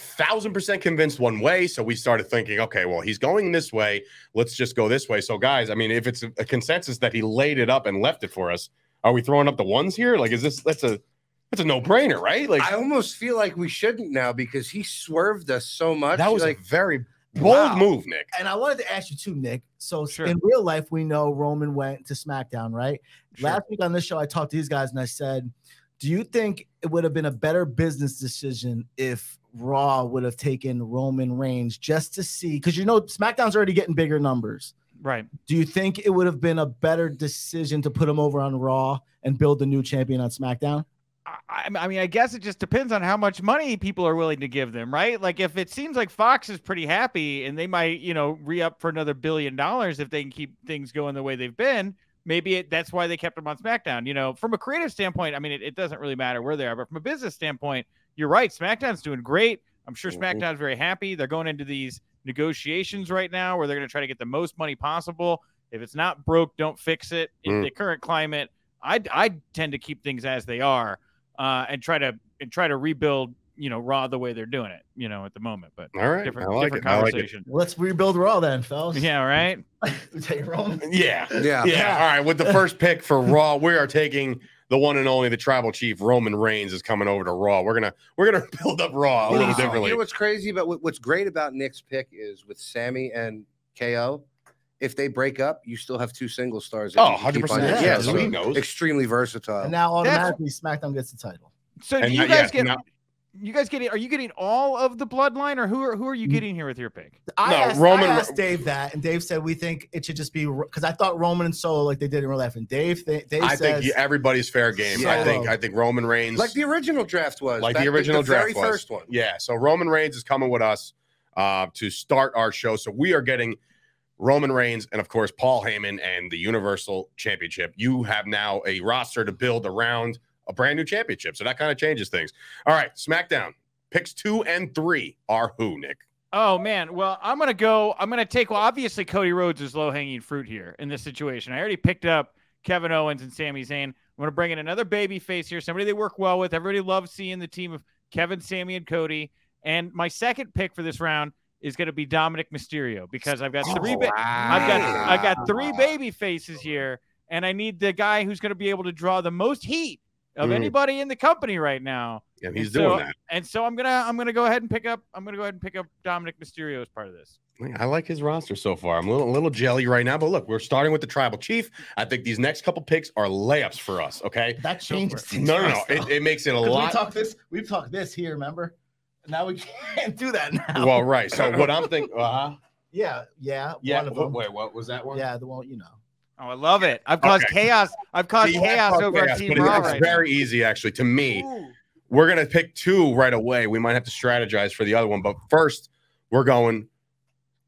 [SPEAKER 2] 1000% convinced one way. So we started thinking, okay, well, he's going this way. Let's just go this way. So, guys, I mean, if it's a, a consensus that he laid it up and left it for us, are we throwing up the ones here? Like, is this, that's a, that's a no brainer, right? Like,
[SPEAKER 1] I almost feel like we shouldn't now because he swerved us so much.
[SPEAKER 2] that was
[SPEAKER 1] like
[SPEAKER 2] a very bold
[SPEAKER 3] Wow.
[SPEAKER 2] move, Nick.
[SPEAKER 3] And I wanted to ask you too, Nick. So
[SPEAKER 4] Sure.
[SPEAKER 3] in real life, we know Roman went to SmackDown, right?
[SPEAKER 4] Sure.
[SPEAKER 3] Last week on this show, I talked to these guys and I said, Do you think it would have been a better business decision if Raw would have taken Roman Reigns just to see? Because you know, SmackDown's already getting bigger numbers.
[SPEAKER 4] Right.
[SPEAKER 3] Do you think it would have been a better decision to put him over on Raw and build the new champion on SmackDown?
[SPEAKER 4] I, I mean, I guess it just depends on how much money people are willing to give them, right? Like, if it seems like Fox is pretty happy and they might, you know, re up for another billion dollars if they can keep things going the way they've been, maybe it, that's why they kept them on SmackDown. You know, from a creative standpoint, I mean, it, it doesn't really matter where they are, but from a business standpoint, you're right. SmackDown's doing great. I'm sure
[SPEAKER 2] Mhm.
[SPEAKER 4] SmackDown's very happy. They're going into these negotiations right now where they're going to try to get the most money possible. If it's not broke, don't fix it. In
[SPEAKER 2] Mm.
[SPEAKER 4] the current climate, I I tend to keep things as they are uh, and try to and try to rebuild, you know, Raw the way they're doing it, you know, at the moment. But
[SPEAKER 2] All right.
[SPEAKER 4] different,
[SPEAKER 2] I like
[SPEAKER 4] different
[SPEAKER 2] it. I like it.
[SPEAKER 4] conversation.
[SPEAKER 3] Let's rebuild Raw then, fellas.
[SPEAKER 4] Yeah, right.
[SPEAKER 3] Take Roman.
[SPEAKER 2] Yeah.
[SPEAKER 1] yeah.
[SPEAKER 2] Yeah. All right. With the first pick for Raw, we are taking the one and only the tribal chief Roman Reigns is coming over to Raw. We're gonna we're gonna build up Raw
[SPEAKER 1] You know,
[SPEAKER 2] a little
[SPEAKER 3] Wow.
[SPEAKER 1] so-
[SPEAKER 2] differently.
[SPEAKER 1] You know what's crazy about what, what's great about Nick's pick is with Sammy and KO, if they break up, you still have two single stars. that
[SPEAKER 2] Oh,
[SPEAKER 1] you can keep
[SPEAKER 2] 100%.
[SPEAKER 1] on your
[SPEAKER 3] Yeah,
[SPEAKER 1] show.
[SPEAKER 3] so he
[SPEAKER 2] knows.
[SPEAKER 1] Extremely versatile.
[SPEAKER 3] And now
[SPEAKER 4] That's-
[SPEAKER 3] automatically SmackDown gets the title.
[SPEAKER 4] So
[SPEAKER 2] And
[SPEAKER 4] do you
[SPEAKER 2] not
[SPEAKER 4] guys
[SPEAKER 2] yet,
[SPEAKER 4] get?
[SPEAKER 2] not-
[SPEAKER 4] You guys getting? Are you getting all of the bloodline, or who are who are you getting here with your pick?
[SPEAKER 3] I,
[SPEAKER 2] No,
[SPEAKER 3] asked,
[SPEAKER 2] Roman-
[SPEAKER 3] I asked Dave that, and Dave said we think it should just be because I thought Roman and Solo like they did in real life, and Dave, th- Dave
[SPEAKER 2] I
[SPEAKER 3] says
[SPEAKER 2] think yeah, everybody's fair game. I
[SPEAKER 1] Solo.
[SPEAKER 2] think I think Roman Reigns
[SPEAKER 1] like the original draft was.
[SPEAKER 2] like
[SPEAKER 1] That-
[SPEAKER 2] the original draft
[SPEAKER 1] very
[SPEAKER 2] was.
[SPEAKER 1] first one.
[SPEAKER 2] Yeah. So Roman Reigns is coming with us uh, to start our show. So we are getting Roman Reigns and of course Paul Heyman and the Universal Championship. You have now a roster to build around a brand new championship. So that kind of changes things. All right, SmackDown picks two and three are who Nick?
[SPEAKER 4] Oh man, well I'm gonna go. I'm gonna take. Well, obviously Cody Rhodes is low hanging fruit here in this situation. I already picked up Kevin Owens and Sami Zayn. I'm gonna bring in another baby face here, somebody they work well with. Everybody loves seeing the team of Kevin, Sammy, and Cody. And my second pick for this round is gonna be Dominic Mysterio because I've got three. ba- I've got I've got three baby faces here, and I need the guy who's going to be able to draw the most heat of
[SPEAKER 2] Mm.
[SPEAKER 4] anybody in the company right now.
[SPEAKER 2] And he's
[SPEAKER 4] And
[SPEAKER 2] doing
[SPEAKER 4] so-
[SPEAKER 2] that.
[SPEAKER 4] And so I'm gonna I'm gonna go ahead and pick up I'm gonna go ahead and pick up Dominic Mysterio as part of this.
[SPEAKER 2] Yeah, I like his roster so far. I'm a little, a little jelly right now, but look, we're starting with the tribal chief. I think these next couple picks are layups for us. Okay.
[SPEAKER 3] that changes. things
[SPEAKER 2] No,
[SPEAKER 3] for
[SPEAKER 2] no, no.
[SPEAKER 3] us, though.
[SPEAKER 2] It, it makes it a
[SPEAKER 3] 'Cause
[SPEAKER 2] lot.
[SPEAKER 3] We talked this. We've talked this here. Remember? Now we can't do that now. Uh-huh.
[SPEAKER 2] Well, right. So what I'm thinking, uh,
[SPEAKER 3] yeah, yeah,
[SPEAKER 2] yeah.
[SPEAKER 3] one of
[SPEAKER 2] wh-
[SPEAKER 3] them.
[SPEAKER 2] Wait, what was that one?
[SPEAKER 3] Yeah, the one you know.
[SPEAKER 4] Oh, I love it! I've caused chaos. I've caused
[SPEAKER 2] See,
[SPEAKER 4] chaos
[SPEAKER 2] that's
[SPEAKER 4] over
[SPEAKER 2] chaos,
[SPEAKER 4] on
[SPEAKER 2] but
[SPEAKER 4] Team
[SPEAKER 2] it-
[SPEAKER 4] Raw
[SPEAKER 2] it's
[SPEAKER 4] right
[SPEAKER 2] very easy actually to me. We're gonna pick two right away. We might have to strategize for the other one, but first we're going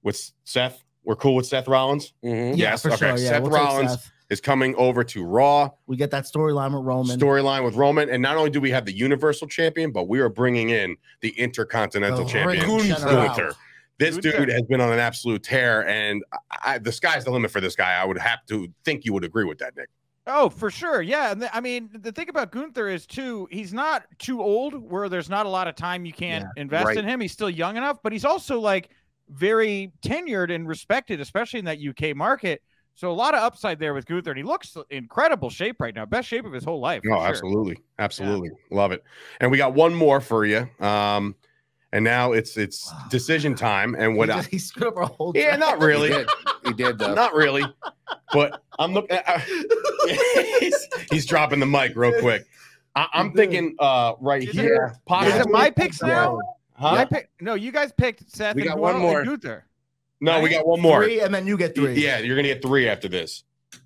[SPEAKER 2] with Seth. We're cool with Seth Rollins.
[SPEAKER 4] Mm-hmm.
[SPEAKER 1] Mhm.
[SPEAKER 2] Yes, okay.
[SPEAKER 3] Yeah,
[SPEAKER 2] Seth
[SPEAKER 3] take
[SPEAKER 2] Rollins.
[SPEAKER 3] Seth.
[SPEAKER 2] Is coming over to Raw
[SPEAKER 3] We get that storyline with Roman.
[SPEAKER 2] storyline with Roman, and not only do we have the Universal Champion, but we are bringing in the
[SPEAKER 3] The
[SPEAKER 2] Intercontinental
[SPEAKER 3] ring
[SPEAKER 2] Champion.
[SPEAKER 3] general.
[SPEAKER 2] Gunther. This
[SPEAKER 4] Gunther.
[SPEAKER 2] dude has been on an absolute tear, and I, I, the sky's the limit for this guy. I would have to think you would agree with that, Nick.
[SPEAKER 4] Oh, for sure. Yeah. And the, I mean, the thing about Gunther is too, he's not too old where there's not a lot of time you can invest
[SPEAKER 1] Right.
[SPEAKER 4] in him. He's still young enough, but he's also like very tenured and respected, especially in that UK market. So a lot of upside there with Gunther. And he looks incredible shape right now. Best shape of his whole life.
[SPEAKER 2] No,
[SPEAKER 4] for sure.
[SPEAKER 2] Oh, absolutely, absolutely, love it. And we got one more for you. Um, and now it's it's
[SPEAKER 3] Wow.
[SPEAKER 2] decision time. And
[SPEAKER 3] He,
[SPEAKER 2] what? I,
[SPEAKER 3] just, he screwed up our whole.
[SPEAKER 2] yeah,
[SPEAKER 3] draft.
[SPEAKER 2] not really,
[SPEAKER 1] He did, he did though.
[SPEAKER 2] not really. But I'm looking. he's, he's dropping the mic real quick. I, I'm thinking uh, right
[SPEAKER 4] Is it-
[SPEAKER 2] here.
[SPEAKER 4] Is
[SPEAKER 2] possibly-
[SPEAKER 4] it my picks
[SPEAKER 3] Yeah.
[SPEAKER 4] now?
[SPEAKER 2] Huh?
[SPEAKER 4] I pick, no, you guys picked Seth
[SPEAKER 1] We
[SPEAKER 4] and,
[SPEAKER 1] got
[SPEAKER 4] who
[SPEAKER 1] one
[SPEAKER 4] else?
[SPEAKER 1] more.
[SPEAKER 4] and Gunther.
[SPEAKER 2] No, we got one more.
[SPEAKER 3] Three, and then you get three.
[SPEAKER 2] Yeah, you're gonna get three after this.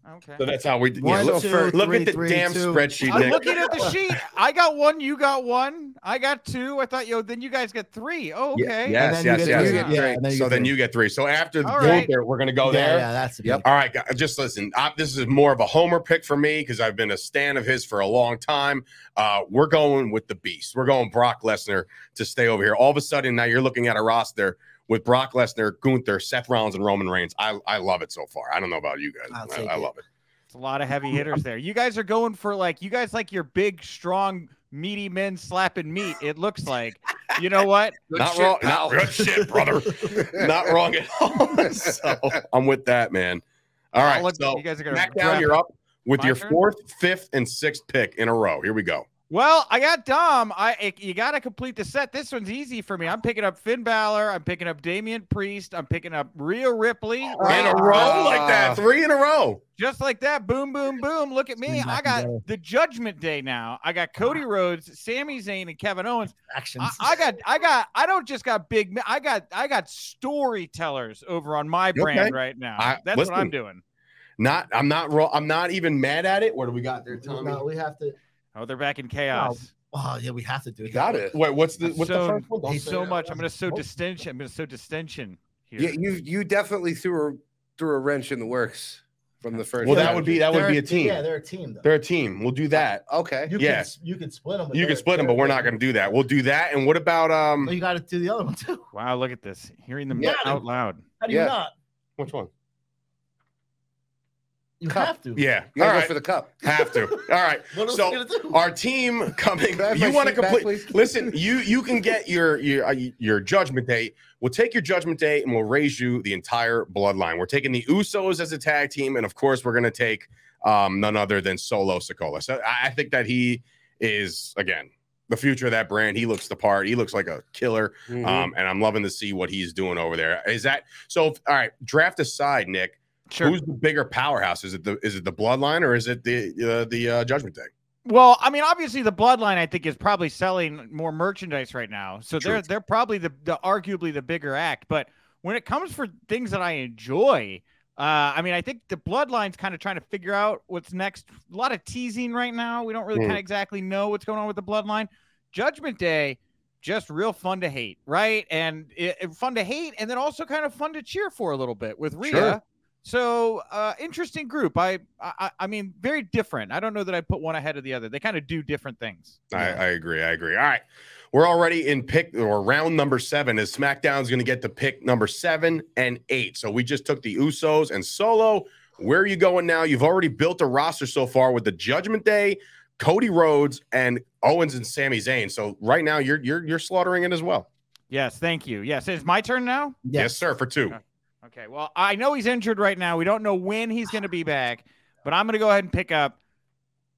[SPEAKER 4] Okay.
[SPEAKER 2] So that's how we. yeah,
[SPEAKER 3] One,
[SPEAKER 2] look
[SPEAKER 3] two,
[SPEAKER 2] look
[SPEAKER 3] three,
[SPEAKER 2] at the
[SPEAKER 3] three,
[SPEAKER 2] damn
[SPEAKER 3] two.
[SPEAKER 2] spreadsheet,
[SPEAKER 4] I'm
[SPEAKER 2] Nick.
[SPEAKER 4] looking at the sheet. I got one. You got one. I got two. I thought, yo, then you guys get three. Oh,
[SPEAKER 2] Yeah,
[SPEAKER 4] okay.
[SPEAKER 2] yeah. Yes,
[SPEAKER 3] And then you
[SPEAKER 2] yes,
[SPEAKER 3] get
[SPEAKER 2] yes.
[SPEAKER 3] three.
[SPEAKER 1] Yeah,
[SPEAKER 3] Yeah, and
[SPEAKER 2] so
[SPEAKER 3] get
[SPEAKER 2] then
[SPEAKER 3] three.
[SPEAKER 2] you get three. So after
[SPEAKER 4] All right.
[SPEAKER 2] Gunther, we're gonna go
[SPEAKER 3] yeah,
[SPEAKER 2] Oh, there.
[SPEAKER 3] Yeah, that's
[SPEAKER 1] Yep.
[SPEAKER 2] All right, guys, just listen. I, this is more of a homer pick for me because I've been a stan of his for a long time. Uh, we're going with the beast. We're going Brock Lesnar to stay over here. All of a sudden, now you're looking at a roster with Brock Lesnar, Gunther, Seth Rollins, and Roman Reigns. I, I love it so far. I don't know about you guys.
[SPEAKER 3] I'll
[SPEAKER 2] I,
[SPEAKER 3] take
[SPEAKER 2] I
[SPEAKER 3] it.
[SPEAKER 2] love it.
[SPEAKER 4] It's a lot of heavy hitters there. You guys are going for like you guys like your big, strong meaty men slapping meat. It looks like. You know what?
[SPEAKER 5] Good
[SPEAKER 2] not
[SPEAKER 5] shit,
[SPEAKER 2] wrong.
[SPEAKER 5] pal.
[SPEAKER 2] Not, good shit, brother. not wrong at all. So I'm with that, man. All
[SPEAKER 4] I'll
[SPEAKER 2] right.
[SPEAKER 4] look-
[SPEAKER 2] so
[SPEAKER 4] you guys are gonna
[SPEAKER 2] SmackDown,
[SPEAKER 4] wrap
[SPEAKER 2] you're up with
[SPEAKER 4] My
[SPEAKER 2] your
[SPEAKER 4] turn?
[SPEAKER 2] fourth, fifth, and sixth pick in a row. Here we go.
[SPEAKER 4] Well, I got Dom. I I- you got to complete the set. This one's easy for me. I'm picking up Finn Balor. I'm picking up Damian Priest. I'm picking up Rhea Ripley.
[SPEAKER 2] In
[SPEAKER 4] right?
[SPEAKER 2] a row like that, three in a row.
[SPEAKER 4] Just like that. Boom, boom, boom. Look at me.
[SPEAKER 3] Spin back
[SPEAKER 4] I got
[SPEAKER 3] together.
[SPEAKER 4] the Judgment Day now. I got Cody Rhodes, Sami Zayn, and Kevin Owens.
[SPEAKER 3] Actions.
[SPEAKER 4] I, I got, I got, I don't just got big. ma- I got, I got storytellers over on my brand
[SPEAKER 2] Okay.
[SPEAKER 4] right now.
[SPEAKER 2] I-
[SPEAKER 4] That's what I'm
[SPEAKER 2] listen.
[SPEAKER 4] doing.
[SPEAKER 2] Not. I'm not wrong. I'm not even mad at it. What do we got there, Tommy?
[SPEAKER 3] no, we have to.
[SPEAKER 4] Oh, they're back in chaos.
[SPEAKER 3] Oh yeah, we have to do it.
[SPEAKER 2] Got it. Wait, what's the what's
[SPEAKER 4] So-
[SPEAKER 2] the first one? Don't
[SPEAKER 4] Hey,
[SPEAKER 2] say
[SPEAKER 4] so
[SPEAKER 2] that.
[SPEAKER 4] much. I'm gonna sow
[SPEAKER 2] Oh.
[SPEAKER 4] distension. I'm gonna sow distension here.
[SPEAKER 1] Yeah, you you definitely threw a threw a wrench in the works from the first.
[SPEAKER 2] Well, that
[SPEAKER 1] round.
[SPEAKER 2] would be that would
[SPEAKER 3] They're-
[SPEAKER 2] be a team.
[SPEAKER 3] Yeah, they're a team. Though.
[SPEAKER 2] They're a team. We'll do that.
[SPEAKER 1] okay.
[SPEAKER 3] you
[SPEAKER 2] yeah.
[SPEAKER 3] can you can split them.
[SPEAKER 2] You can split them, but we're not going to do that. We'll do that. And what about um?
[SPEAKER 3] Well, you got to do the other one too.
[SPEAKER 4] Wow, look at this. Hearing them
[SPEAKER 3] Yeah.
[SPEAKER 4] out loud.
[SPEAKER 3] How do you
[SPEAKER 1] Yeah.
[SPEAKER 3] not?
[SPEAKER 2] Which one?
[SPEAKER 3] You
[SPEAKER 1] Cup.
[SPEAKER 3] have to.
[SPEAKER 2] Yeah.
[SPEAKER 1] You
[SPEAKER 2] All
[SPEAKER 1] gotta go
[SPEAKER 2] right.
[SPEAKER 1] for the cup.
[SPEAKER 2] Have to. All right.
[SPEAKER 3] What else
[SPEAKER 2] So, uh,
[SPEAKER 3] are you gonna do?
[SPEAKER 2] Our team coming.
[SPEAKER 1] Can I have
[SPEAKER 2] You
[SPEAKER 1] my
[SPEAKER 2] want to
[SPEAKER 1] sheet back,
[SPEAKER 2] complete?
[SPEAKER 1] please?
[SPEAKER 2] Listen, you you can get your your uh, your judgment day. We'll take your judgment day and we'll raise you the entire bloodline. We're taking the Usos as a tag team, and of course, we're going to take um none other than Solo Sokola. So I, I think that he is again the future of that brand. He looks the part. He looks like a killer.
[SPEAKER 1] Mm-hmm.
[SPEAKER 2] Um, and I'm loving to see what he's doing over there. Is that so? If, all right, draft aside, Nick.
[SPEAKER 4] Sure.
[SPEAKER 2] Who's the bigger powerhouse? Is it the is it the bloodline or is it the uh, the uh, Judgment Day?
[SPEAKER 4] well, I mean, obviously the bloodline I think is probably selling more merchandise right now. So
[SPEAKER 2] True.
[SPEAKER 4] they're they're probably the, the arguably the bigger act. But when it comes for things that I enjoy, uh, I mean, I think the bloodline's kind of trying to figure out what's next. A lot of teasing right now. We don't really
[SPEAKER 2] Hmm.
[SPEAKER 4] kind of exactly know what's going on with the bloodline. Judgment Day, just real fun to hate, right? And it, it- fun to hate, and then also kind of fun to cheer for a little bit with Rhea.
[SPEAKER 2] Sure.
[SPEAKER 4] So uh, interesting group. I, I I- I mean, very different. I don't know that I put one ahead of the other. They kind of do different things.
[SPEAKER 2] I, I agree. I agree. All right. We're already in pick or round number seven. Is SmackDown's going to get to pick number seven and eight? So we just took the Usos and Solo. Where are you going now? You've already built a roster so far with the Judgment Day, Cody Rhodes, and Owens and Sami Zayn. So right now you're you're you're slaughtering it as well.
[SPEAKER 4] Yes, thank you. Yes, it's my turn now.
[SPEAKER 2] Yes, sir. For two.
[SPEAKER 4] Okay. Okay. Well, I know he's injured right now. We don't know when he's going to be back, but I'm going to go ahead and pick up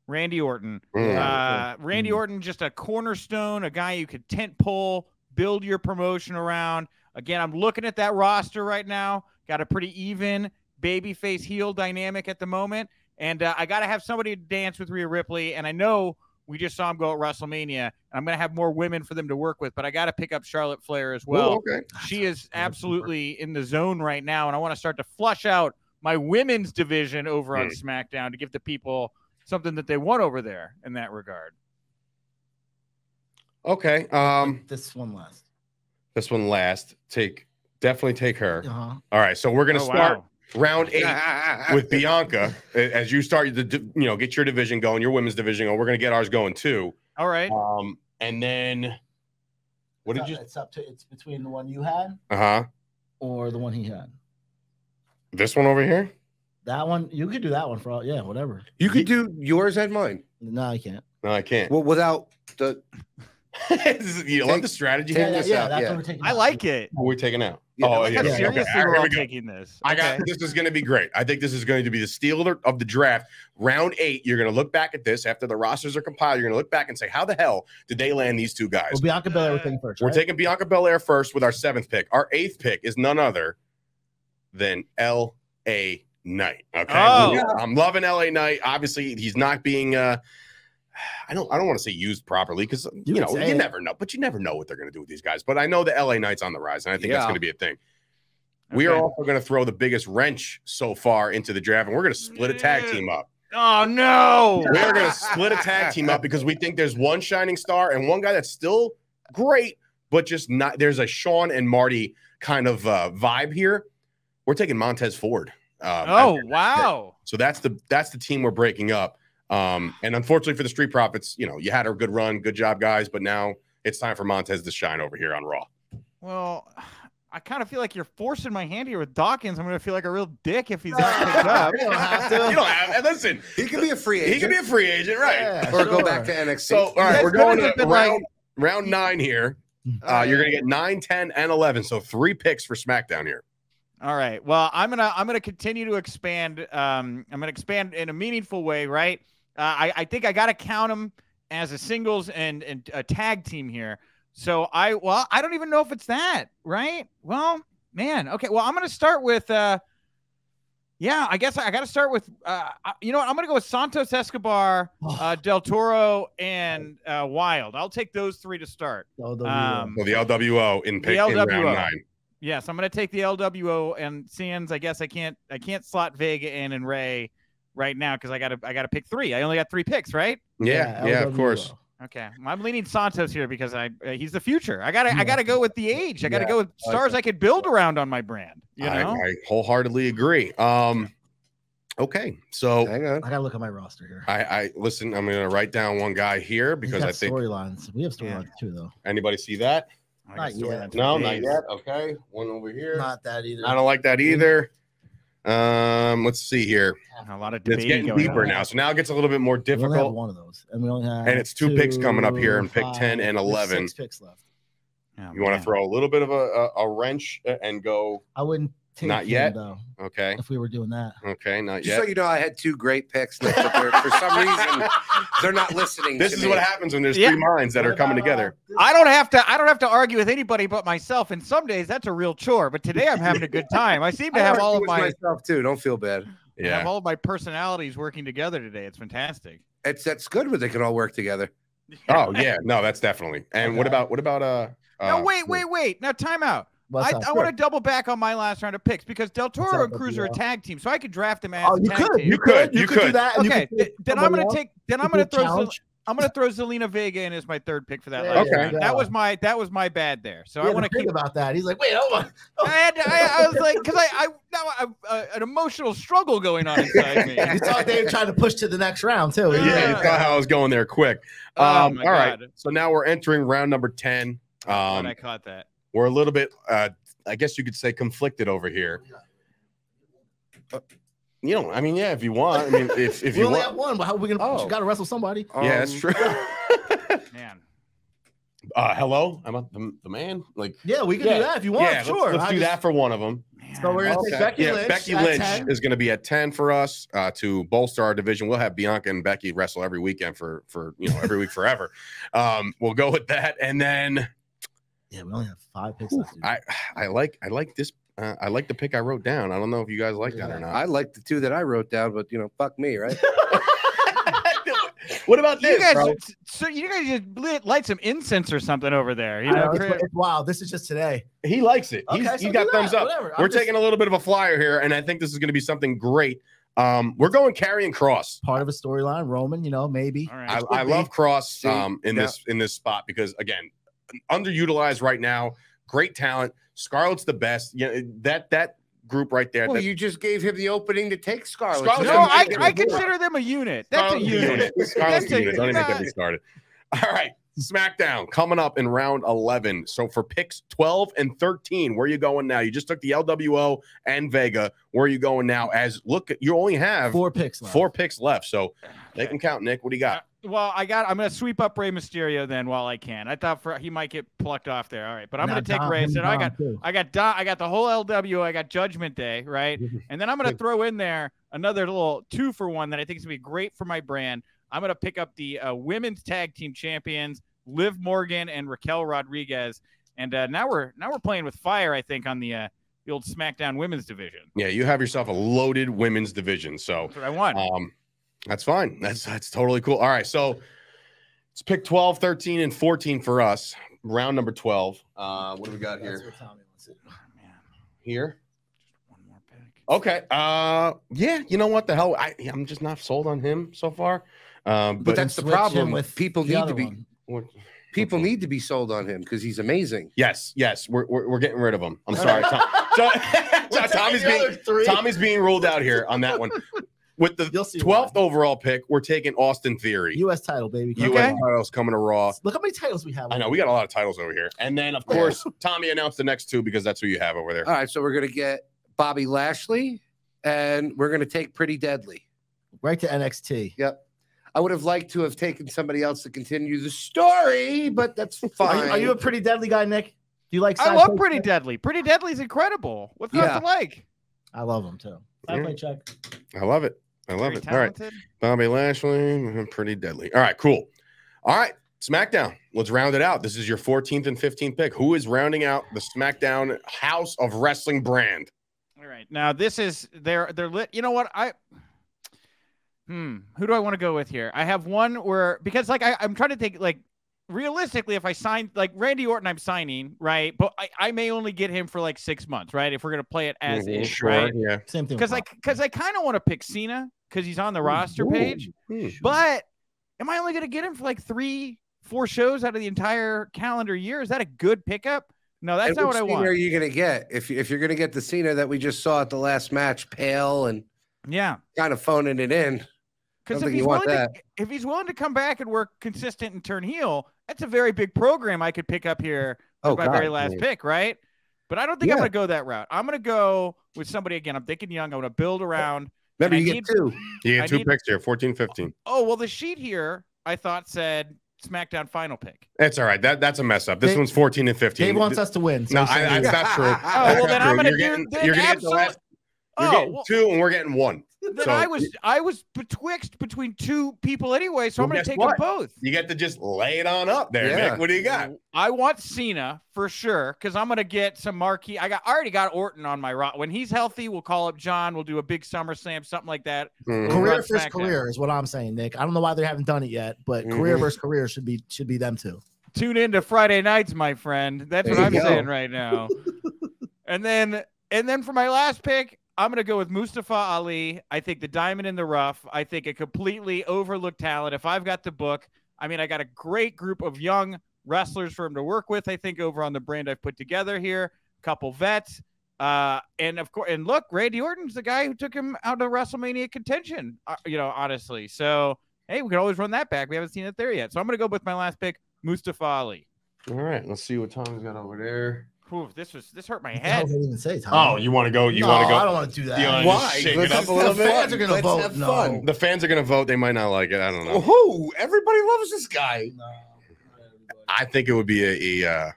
[SPEAKER 4] Randy Orton.
[SPEAKER 2] Mm.
[SPEAKER 4] Uh, Randy Orton, just a cornerstone, a guy you could tent pole, build your promotion around. Again, I'm looking at that roster right now. Got a pretty even babyface heel dynamic at the moment. And uh, I got to have somebody to dance with Rhea Ripley. And I know we just saw him go at WrestleMania. And I'm going to have more women for them to work with, but I got to pick up Charlotte Flair as well
[SPEAKER 2] Ooh, okay.
[SPEAKER 4] she is absolutely in the zone right now, and I want to start to flush out my women's division over
[SPEAKER 2] Mm.
[SPEAKER 4] on SmackDown to give the people something that they want over there in that regard.
[SPEAKER 2] Okay. Um,
[SPEAKER 3] This one last.
[SPEAKER 2] this one last. Take definitely take her.
[SPEAKER 3] Uh huh.
[SPEAKER 2] All right. So we're going to
[SPEAKER 4] Oh,
[SPEAKER 2] start
[SPEAKER 4] wow.
[SPEAKER 2] round eight. Um, with
[SPEAKER 1] with
[SPEAKER 2] Bianca a- as you start to d- you know get your division going, your women's division going. We're gonna get ours going too.
[SPEAKER 4] All right.
[SPEAKER 2] Um, and then what did you?
[SPEAKER 3] It's up to. It's between the one you had
[SPEAKER 2] Uh huh.
[SPEAKER 3] or the one he had.
[SPEAKER 2] This one over here.
[SPEAKER 3] That one you could do that one for all. Yeah, whatever.
[SPEAKER 1] you could do yours and mine.
[SPEAKER 3] No, I can't.
[SPEAKER 2] No, I can't.
[SPEAKER 1] Well, without the
[SPEAKER 2] This is- you love the strategy.
[SPEAKER 1] take
[SPEAKER 3] Yeah,
[SPEAKER 1] this
[SPEAKER 3] yeah,
[SPEAKER 1] out,
[SPEAKER 3] that's
[SPEAKER 1] yeah.
[SPEAKER 3] what we're taking.
[SPEAKER 4] I
[SPEAKER 3] out.
[SPEAKER 4] like it.
[SPEAKER 2] We're taking out.
[SPEAKER 1] Yeah,
[SPEAKER 2] oh
[SPEAKER 1] like
[SPEAKER 2] yeah.
[SPEAKER 4] How
[SPEAKER 2] okay,
[SPEAKER 4] seriously
[SPEAKER 2] okay. All right,
[SPEAKER 4] we're
[SPEAKER 2] here
[SPEAKER 4] all
[SPEAKER 2] we go.
[SPEAKER 4] taking this.
[SPEAKER 2] I got this is going to be great. I think this is going to be the steal of the draft. Round eight, you're going to look back at this after the rosters are compiled. You're going to look back and say, how the hell did they land these two guys?
[SPEAKER 3] Well, Bianca Belair we're taking first.
[SPEAKER 2] We're
[SPEAKER 3] right?
[SPEAKER 2] taking Bianca Belair first with our seventh pick. Our eighth pick is none other than L.A. Knight. Okay,
[SPEAKER 4] Oh.
[SPEAKER 2] We- I'm loving L.A. Knight. Obviously, he's not being. uh I don't. I don't want to say used properly because you,
[SPEAKER 3] can
[SPEAKER 2] know
[SPEAKER 3] say
[SPEAKER 2] you
[SPEAKER 3] it.
[SPEAKER 2] never know, but you never know what they're going to do with these guys. But I know the L.A. Knight's on the rise, and I think that's
[SPEAKER 1] Yeah.
[SPEAKER 2] going to be a thing. We are
[SPEAKER 4] Okay.
[SPEAKER 2] also going to throw the biggest wrench so far into the draft, and we're going to split a tag team up.
[SPEAKER 4] Oh no.
[SPEAKER 2] We are going to split a tag team up because we think there's one shining star and one guy that's still great, but just not. There's a Sean and Marty kind of uh, vibe here. We're taking Montez Ford. Um,
[SPEAKER 4] Oh wow.
[SPEAKER 2] so that's the that's the team we're breaking up. Um, and unfortunately for the Street Profits, you know, you had a good run, good job, guys, but now it's time for Montez to shine over here on Raw.
[SPEAKER 4] Well, I- I kind of feel like you're forcing my hand here with Dawkins. I'm gonna feel like a real dick if he's not picked up.
[SPEAKER 2] You don't have. and Listen,
[SPEAKER 1] He could be a free agent.
[SPEAKER 2] he could be a free agent, right?
[SPEAKER 3] Yeah,
[SPEAKER 1] or go
[SPEAKER 3] sure.
[SPEAKER 1] back to NXT.
[SPEAKER 2] So, all right,
[SPEAKER 4] That's
[SPEAKER 2] we're going
[SPEAKER 4] better
[SPEAKER 2] to
[SPEAKER 4] than,
[SPEAKER 2] round
[SPEAKER 4] like-
[SPEAKER 2] round nine here. Uh, you're going to get 9, 10, and 11. So three picks for SmackDown here.
[SPEAKER 4] All right. Well, I'm gonna I'm gonna continue to expand. Um, I'm gonna expand in a meaningful way, right? Uh, I I think I gotta count them as a singles and and a tag team here. So I well I don't even know if it's that right. Well, man. Okay. Well, I'm gonna start with. Uh, yeah, I guess I gotta start with. Uh, I- you know what? I'm gonna go with Santos Escobar,
[SPEAKER 3] Oh,
[SPEAKER 4] uh, Del Toro, and uh, Wild. I'll take those three to start. Um,
[SPEAKER 2] Well, the LWO in pick
[SPEAKER 4] The
[SPEAKER 2] in round
[SPEAKER 4] LWO.
[SPEAKER 2] nine.
[SPEAKER 4] Yes, I'm gonna take the LWO and Sands. I guess I can't I can't slot Vega in and Ray right now because I gotta I gotta pick three. I only got three picks, right?
[SPEAKER 2] Yeah, yeah, of course.
[SPEAKER 4] Okay, Well, I'm leaning Santos here because I uh, he's the future. I gotta
[SPEAKER 3] Yeah.
[SPEAKER 4] I gotta go with the age. I gotta
[SPEAKER 3] Yeah,
[SPEAKER 4] go with
[SPEAKER 3] like
[SPEAKER 4] stars I could build around on my brand. You know,
[SPEAKER 2] I, I wholeheartedly agree. Um, okay, so
[SPEAKER 1] Hang on.
[SPEAKER 3] I gotta look at my roster here.
[SPEAKER 2] I, I listen. I'm going to write down one guy here
[SPEAKER 3] He's
[SPEAKER 2] because
[SPEAKER 3] got
[SPEAKER 2] I think
[SPEAKER 3] storylines. We have
[SPEAKER 4] Yeah.
[SPEAKER 3] storylines too, though.
[SPEAKER 2] anybody see that.
[SPEAKER 4] I
[SPEAKER 3] not
[SPEAKER 4] guess we're
[SPEAKER 3] yet.
[SPEAKER 4] gonna have to
[SPEAKER 2] No,
[SPEAKER 4] phase.
[SPEAKER 2] not yet. Okay, one over here.
[SPEAKER 3] Not that either.
[SPEAKER 2] I don't like that either. Um, let's see here.
[SPEAKER 4] A lot of
[SPEAKER 2] It's
[SPEAKER 4] debate
[SPEAKER 2] getting
[SPEAKER 4] going
[SPEAKER 2] deeper
[SPEAKER 4] on.
[SPEAKER 2] now, so now it gets a little bit more
[SPEAKER 3] We only have
[SPEAKER 2] difficult.
[SPEAKER 3] one of those, and we only have
[SPEAKER 2] And it's two picks coming up here in pick
[SPEAKER 3] five,
[SPEAKER 2] 10 and
[SPEAKER 3] there's
[SPEAKER 2] 11.
[SPEAKER 3] Six picks left.
[SPEAKER 4] Oh,
[SPEAKER 2] You want
[SPEAKER 4] man.
[SPEAKER 2] to throw a little bit of a, a, a wrench uh, and go,
[SPEAKER 3] I wouldn't take
[SPEAKER 2] Not
[SPEAKER 3] him,
[SPEAKER 2] yet.
[SPEAKER 3] though
[SPEAKER 2] okay,
[SPEAKER 3] if we were doing that.
[SPEAKER 2] okay, not
[SPEAKER 1] Just
[SPEAKER 2] yet.
[SPEAKER 1] so you know, I had two great picks, Nick, but they're- for some reason they're not listening.
[SPEAKER 2] this
[SPEAKER 1] to
[SPEAKER 2] is
[SPEAKER 1] me.
[SPEAKER 2] what happens when there's
[SPEAKER 4] Yeah.
[SPEAKER 2] three minds that are coming together.
[SPEAKER 4] I don't have to. I don't have to argue with anybody but myself. And some days that's a real chore. But today I'm having a good time. I seem to
[SPEAKER 1] I
[SPEAKER 4] have
[SPEAKER 1] argue
[SPEAKER 4] all of
[SPEAKER 1] with
[SPEAKER 4] my
[SPEAKER 1] myself too. Don't feel bad.
[SPEAKER 4] I have
[SPEAKER 2] Yeah,
[SPEAKER 4] all of my personalities working together today. It's fantastic.
[SPEAKER 1] It's that's good when they can all work together.
[SPEAKER 2] oh, yeah, no, that's definitely. And what
[SPEAKER 3] Okay.
[SPEAKER 2] about what about uh, uh
[SPEAKER 4] now wait, wait, wait. Now time out.
[SPEAKER 3] What's
[SPEAKER 4] I,
[SPEAKER 3] up?
[SPEAKER 4] I want to double back on my last round of picks because Del Toro
[SPEAKER 3] up
[SPEAKER 4] and
[SPEAKER 3] with
[SPEAKER 4] Cruz
[SPEAKER 3] you,
[SPEAKER 4] are a
[SPEAKER 3] Al?
[SPEAKER 4] tag team, so I could draft them as
[SPEAKER 3] Oh,
[SPEAKER 4] a
[SPEAKER 3] you
[SPEAKER 4] tag
[SPEAKER 3] could,
[SPEAKER 4] team.
[SPEAKER 3] you could,
[SPEAKER 2] You
[SPEAKER 3] you could do
[SPEAKER 2] could.
[SPEAKER 3] that. and you
[SPEAKER 4] okay,
[SPEAKER 3] could
[SPEAKER 4] th-
[SPEAKER 3] do
[SPEAKER 4] then
[SPEAKER 3] number
[SPEAKER 4] I'm gonna
[SPEAKER 3] one.
[SPEAKER 4] take. Then
[SPEAKER 3] You
[SPEAKER 4] I'm gonna
[SPEAKER 3] could
[SPEAKER 4] throw. Zel-
[SPEAKER 3] challenge.
[SPEAKER 4] I'm gonna throw Zelina Vega in as my third pick for that
[SPEAKER 3] Yeah,
[SPEAKER 4] last
[SPEAKER 2] Okay.
[SPEAKER 4] round.
[SPEAKER 3] yeah.
[SPEAKER 4] That was my that was my bad there. So
[SPEAKER 3] Yeah,
[SPEAKER 4] I want to
[SPEAKER 3] think
[SPEAKER 4] keep.
[SPEAKER 3] about that. He's like, wait, hold on.
[SPEAKER 4] I had to, I, I was like because I I now I, uh, an emotional struggle going on inside me.
[SPEAKER 3] You saw Dave trying to push to the next round too.
[SPEAKER 2] Yeah, you
[SPEAKER 4] Yeah.
[SPEAKER 2] saw how I was going there quick.
[SPEAKER 4] Oh,
[SPEAKER 2] Um,
[SPEAKER 4] my
[SPEAKER 2] all right,
[SPEAKER 4] God.
[SPEAKER 2] so now we're entering round number ten.
[SPEAKER 4] Glad
[SPEAKER 2] Um,
[SPEAKER 4] I caught that.
[SPEAKER 2] we're a little bit, uh, I guess you could say, conflicted over here. Uh, You know, I mean, yeah, if you want, I mean, if if
[SPEAKER 3] we
[SPEAKER 2] you
[SPEAKER 3] only
[SPEAKER 2] want,
[SPEAKER 3] have one. But how are we gonna?
[SPEAKER 1] Oh.
[SPEAKER 3] You gotta wrestle somebody.
[SPEAKER 2] yeah, that's
[SPEAKER 1] Um,
[SPEAKER 2] true.
[SPEAKER 4] Man,
[SPEAKER 2] uh, hello, I'm a, the, the man. Like,
[SPEAKER 3] Yeah, we can
[SPEAKER 2] Yeah.
[SPEAKER 3] do that if you want.
[SPEAKER 2] yeah, let's-
[SPEAKER 3] sure.
[SPEAKER 2] let's,
[SPEAKER 3] I
[SPEAKER 2] do
[SPEAKER 3] just-
[SPEAKER 2] that for one of them.
[SPEAKER 3] So we're gonna
[SPEAKER 1] Okay.
[SPEAKER 3] take Becky
[SPEAKER 2] Oh, yeah,
[SPEAKER 3] Lynch.
[SPEAKER 2] Becky
[SPEAKER 3] at
[SPEAKER 2] Lynch
[SPEAKER 3] 10.
[SPEAKER 2] is going to be at ten for us uh, to bolster our division. We'll have Bianca and Becky wrestle every weekend for for you know every week forever. Um, we'll go with that, and then
[SPEAKER 3] Yeah, we only have five picks left. dude.
[SPEAKER 2] I I like I like this. Uh, I like the pick I wrote down. I don't know if you guys like that or
[SPEAKER 1] I
[SPEAKER 2] not.
[SPEAKER 1] like the two that I wrote down, but you know, fuck me, right?
[SPEAKER 2] what about
[SPEAKER 4] You
[SPEAKER 2] this?
[SPEAKER 4] guys,
[SPEAKER 2] bro?
[SPEAKER 4] so you guys just lit, light some incense or something over there. You
[SPEAKER 3] I
[SPEAKER 4] know,
[SPEAKER 3] know, it's-
[SPEAKER 4] Chris?
[SPEAKER 3] it's- wow, this is just today.
[SPEAKER 2] He likes it.
[SPEAKER 3] Okay,
[SPEAKER 2] He's,
[SPEAKER 3] so
[SPEAKER 2] he
[SPEAKER 3] do
[SPEAKER 2] got
[SPEAKER 3] that,
[SPEAKER 2] thumbs up.
[SPEAKER 3] whatever. I'm
[SPEAKER 2] We're
[SPEAKER 3] just-
[SPEAKER 2] taking a little bit of a flyer here, and I think this is going to be something great. Um, we're going carrying cross.
[SPEAKER 3] part of a storyline. Roman, you know, maybe.
[SPEAKER 4] all right.
[SPEAKER 2] I, I love Cross
[SPEAKER 1] See,
[SPEAKER 2] um, in
[SPEAKER 1] now-
[SPEAKER 2] this in this spot because again, underutilized right now. Great talent. Scarlett's the best. Yeah, that that group right there.
[SPEAKER 1] Well,
[SPEAKER 2] that,
[SPEAKER 1] you just gave him the opening to take Scarlett.
[SPEAKER 2] Scarlett-
[SPEAKER 1] Oh, So
[SPEAKER 4] No, I,
[SPEAKER 1] then-
[SPEAKER 4] I consider them a unit. That's a
[SPEAKER 2] Scarlett's the
[SPEAKER 4] unit.
[SPEAKER 2] Scarlett's the
[SPEAKER 4] That's a-
[SPEAKER 2] unit. Don't even get me
[SPEAKER 4] not-
[SPEAKER 2] started. All right, SmackDown coming up in round eleven. So for picks twelve and thirteen, where you going now? You just took the LWO and Vega. Where are you going now? As look, you only have four,
[SPEAKER 3] Four picks left.
[SPEAKER 2] picks left, so they can count. Nick, what do you got?
[SPEAKER 4] Uh, Well, I got. I'm gonna sweep up Rey Mysterio then while I can. I thought for he might get plucked off there. All right, but I'm
[SPEAKER 3] Now
[SPEAKER 4] gonna take
[SPEAKER 3] Dom-
[SPEAKER 4] Rey.
[SPEAKER 3] him
[SPEAKER 4] So
[SPEAKER 3] and
[SPEAKER 4] I
[SPEAKER 3] Dom,
[SPEAKER 4] got,
[SPEAKER 3] too.
[SPEAKER 4] I got, Dom, I got the whole LW. I got Judgment Day, right? And then I'm gonna throw in there another little two for one that I think is gonna be great for my brand. I'm gonna pick up the uh, women's tag team champions, Liv Morgan and Raquel Rodriguez. And uh, now we're now we're playing with fire. I think on the uh, the old SmackDown women's division.
[SPEAKER 2] Yeah, you have yourself a loaded women's division. So
[SPEAKER 4] That's what I want.
[SPEAKER 2] Um, that's fine. That's that's totally cool. All right, so it's pick 12, 13, and 14 for us. Round number 12. Uh, what do we got
[SPEAKER 3] That's
[SPEAKER 2] here?
[SPEAKER 3] what Tommy wants to do.
[SPEAKER 4] Oh, man,
[SPEAKER 2] Here.
[SPEAKER 4] just one more pick.
[SPEAKER 2] Okay. Uh, yeah. You know what? The hell, I, I'm just not sold on him so far. Um,
[SPEAKER 1] but,
[SPEAKER 2] but,
[SPEAKER 1] that's the
[SPEAKER 3] Switch him
[SPEAKER 1] problem.
[SPEAKER 3] with
[SPEAKER 1] people
[SPEAKER 3] the
[SPEAKER 1] need
[SPEAKER 3] other
[SPEAKER 1] to be
[SPEAKER 3] one.
[SPEAKER 1] people need to be sold on him because he's amazing.
[SPEAKER 2] yes, yes, we're, we're, we're getting rid of him. I'm sorry. Tom, Tom-
[SPEAKER 3] We're taking
[SPEAKER 2] Tommy's
[SPEAKER 3] the
[SPEAKER 2] being
[SPEAKER 3] other three.
[SPEAKER 2] Tommy's being ruled out here on that one. with the
[SPEAKER 3] You'll see
[SPEAKER 2] 12th overall pick, we're taking Austin Theory.
[SPEAKER 3] U.S. title, baby.
[SPEAKER 2] You
[SPEAKER 4] Okay.
[SPEAKER 2] and titles coming to Raw.
[SPEAKER 3] Look how many titles we have.
[SPEAKER 2] I know we got a lot of titles over here. And then of course, Tommy announced the next two because that's who you have over there.
[SPEAKER 1] All right, so we're gonna get Bobby Lashley, and we're gonna take Pretty Deadly.
[SPEAKER 3] Right to NXT.
[SPEAKER 1] I would have liked to have taken somebody else to continue the story, but that's
[SPEAKER 3] Are
[SPEAKER 1] fine.
[SPEAKER 3] you, are you a pretty deadly guy, Nick? Do you like?
[SPEAKER 4] I
[SPEAKER 3] side
[SPEAKER 4] love
[SPEAKER 3] play
[SPEAKER 4] Pretty
[SPEAKER 3] check?
[SPEAKER 4] Deadly. Pretty Deadly's incredible. What's
[SPEAKER 1] Yeah.
[SPEAKER 4] not to like?
[SPEAKER 3] I love him too. Side
[SPEAKER 2] Yeah.
[SPEAKER 3] play check.
[SPEAKER 2] I love it. I love
[SPEAKER 4] Very
[SPEAKER 2] it. All right.
[SPEAKER 4] talented.
[SPEAKER 2] Bobby Lashley, mm-hmm, pretty deadly. All right, cool. All right, SmackDown. Let's round it out. This is your 14th and 15th pick. Who is rounding out the SmackDown House of Wrestling brand?
[SPEAKER 4] All right. Now this is they're they're lit. You know what I. Hmm. Who do I want to go with here? I have one where because like I, I'm trying to think like realistically if I sign like Randy Orton I'm signing right, but I, I may only get him for like six months right if we're gonna play it as
[SPEAKER 2] Mhm,
[SPEAKER 4] is right
[SPEAKER 2] Yeah.
[SPEAKER 3] Same thing.
[SPEAKER 4] because I
[SPEAKER 3] like
[SPEAKER 4] because I kind of want to pick Cena because he's on the roster page,
[SPEAKER 2] Hmm.
[SPEAKER 4] but am I only gonna get him for like three four shows out of the entire calendar year? Is that a good pickup? No, that's
[SPEAKER 1] And which
[SPEAKER 4] not what I
[SPEAKER 1] Cena
[SPEAKER 4] want.
[SPEAKER 1] Are you gonna get if if you're gonna get the Cena that we just saw at the last match, pale and
[SPEAKER 4] yeah.
[SPEAKER 1] kind of phoning it in?
[SPEAKER 4] Because
[SPEAKER 1] Don't think
[SPEAKER 4] if
[SPEAKER 1] you
[SPEAKER 4] he's
[SPEAKER 1] want
[SPEAKER 4] willing to, if he's willing to come back and work consistent and turn heel, that's a very big program I could pick up here with
[SPEAKER 1] Oh,
[SPEAKER 4] my
[SPEAKER 1] God.
[SPEAKER 4] very last pick, right? But I don't think I'm
[SPEAKER 1] Yeah.
[SPEAKER 4] gonna go that route. I'm gonna go with somebody again. I'm thinking young. I'm gonna build around.
[SPEAKER 1] Remember,
[SPEAKER 4] I
[SPEAKER 1] you
[SPEAKER 4] need-
[SPEAKER 1] get two.
[SPEAKER 2] You
[SPEAKER 4] I
[SPEAKER 2] get two
[SPEAKER 4] need-
[SPEAKER 2] picks here 14, 15.
[SPEAKER 4] Oh well, the sheet here I thought said SmackDown final pick.
[SPEAKER 2] That's all right. That, that's a mess up. This
[SPEAKER 3] Dave-
[SPEAKER 2] one's 14 and 15.
[SPEAKER 3] Dave wants us to win. So
[SPEAKER 2] no,
[SPEAKER 3] he's
[SPEAKER 2] I,
[SPEAKER 3] saying-
[SPEAKER 2] that's not true.
[SPEAKER 1] Oh,
[SPEAKER 4] Oh
[SPEAKER 2] Ah, That's not
[SPEAKER 4] well, then
[SPEAKER 2] true.
[SPEAKER 4] I'm gonna
[SPEAKER 2] You're
[SPEAKER 4] do.
[SPEAKER 2] getting-
[SPEAKER 4] then
[SPEAKER 2] you're gonna get the
[SPEAKER 4] absolute-
[SPEAKER 2] last- You're
[SPEAKER 4] oh
[SPEAKER 2] getting
[SPEAKER 4] well,
[SPEAKER 2] two, and we're getting one.
[SPEAKER 4] then
[SPEAKER 2] so-
[SPEAKER 4] I was I was betwixt between two people anyway, so
[SPEAKER 2] Well,
[SPEAKER 4] I'm gonna
[SPEAKER 2] guess
[SPEAKER 4] take
[SPEAKER 2] what?
[SPEAKER 4] them both.
[SPEAKER 2] You get to just lay it on up there,
[SPEAKER 1] Yeah.
[SPEAKER 2] Nick. What do you got?
[SPEAKER 4] I want Cena for sure because I'm gonna get some marquee. I got I already got Orton on my rock. When he's healthy, we'll call up John. We'll do a big SummerSlam, something like that.
[SPEAKER 2] Mhm.
[SPEAKER 4] Correct.
[SPEAKER 3] Career
[SPEAKER 4] Run
[SPEAKER 3] versus
[SPEAKER 4] SmackDown.
[SPEAKER 3] career is what I'm saying, Nick. I don't know why they haven't done it yet, but career
[SPEAKER 2] Mhm.
[SPEAKER 3] versus career should be should be them too.
[SPEAKER 4] Tune in to Friday nights, my friend. That's what
[SPEAKER 1] There
[SPEAKER 4] I'm
[SPEAKER 1] you go.
[SPEAKER 4] saying right now. and then and then for my last pick, I'm gonna go with Mustafa Ali. I think the diamond in the rough. I think a completely overlooked talent. If I've got the book, I mean, I got a great group of young wrestlers for him to work with. I think over on the brand I've put together here, couple vets. Uh, and of course, and look, Randy Orton's the guy who took him out of WrestleMania contention. Uh, you know, honestly. So hey, we could always run that back. We haven't seen it there yet. So I'm gonna go with my last pick, Mustafa Ali.
[SPEAKER 2] All right. Let's see what Tommy's got over there.
[SPEAKER 4] Whew, this was this hurt my
[SPEAKER 3] What the hell
[SPEAKER 4] head.
[SPEAKER 3] did I even say,
[SPEAKER 2] Oh,
[SPEAKER 3] Tom?
[SPEAKER 2] you want to go? You
[SPEAKER 3] No,
[SPEAKER 2] want to go?
[SPEAKER 3] I don't want to do that.
[SPEAKER 2] You wanna
[SPEAKER 3] Why?
[SPEAKER 2] just shake it
[SPEAKER 1] Let's
[SPEAKER 2] up
[SPEAKER 1] have
[SPEAKER 2] a little
[SPEAKER 1] fun.
[SPEAKER 2] bit.
[SPEAKER 3] fans are gonna
[SPEAKER 1] Let's
[SPEAKER 3] vote
[SPEAKER 1] have
[SPEAKER 3] no.
[SPEAKER 1] fun.
[SPEAKER 2] The fans are going to vote. They might not like it. I don't know.
[SPEAKER 1] Who? Everybody loves this guy.
[SPEAKER 2] I think it would be a, a uh,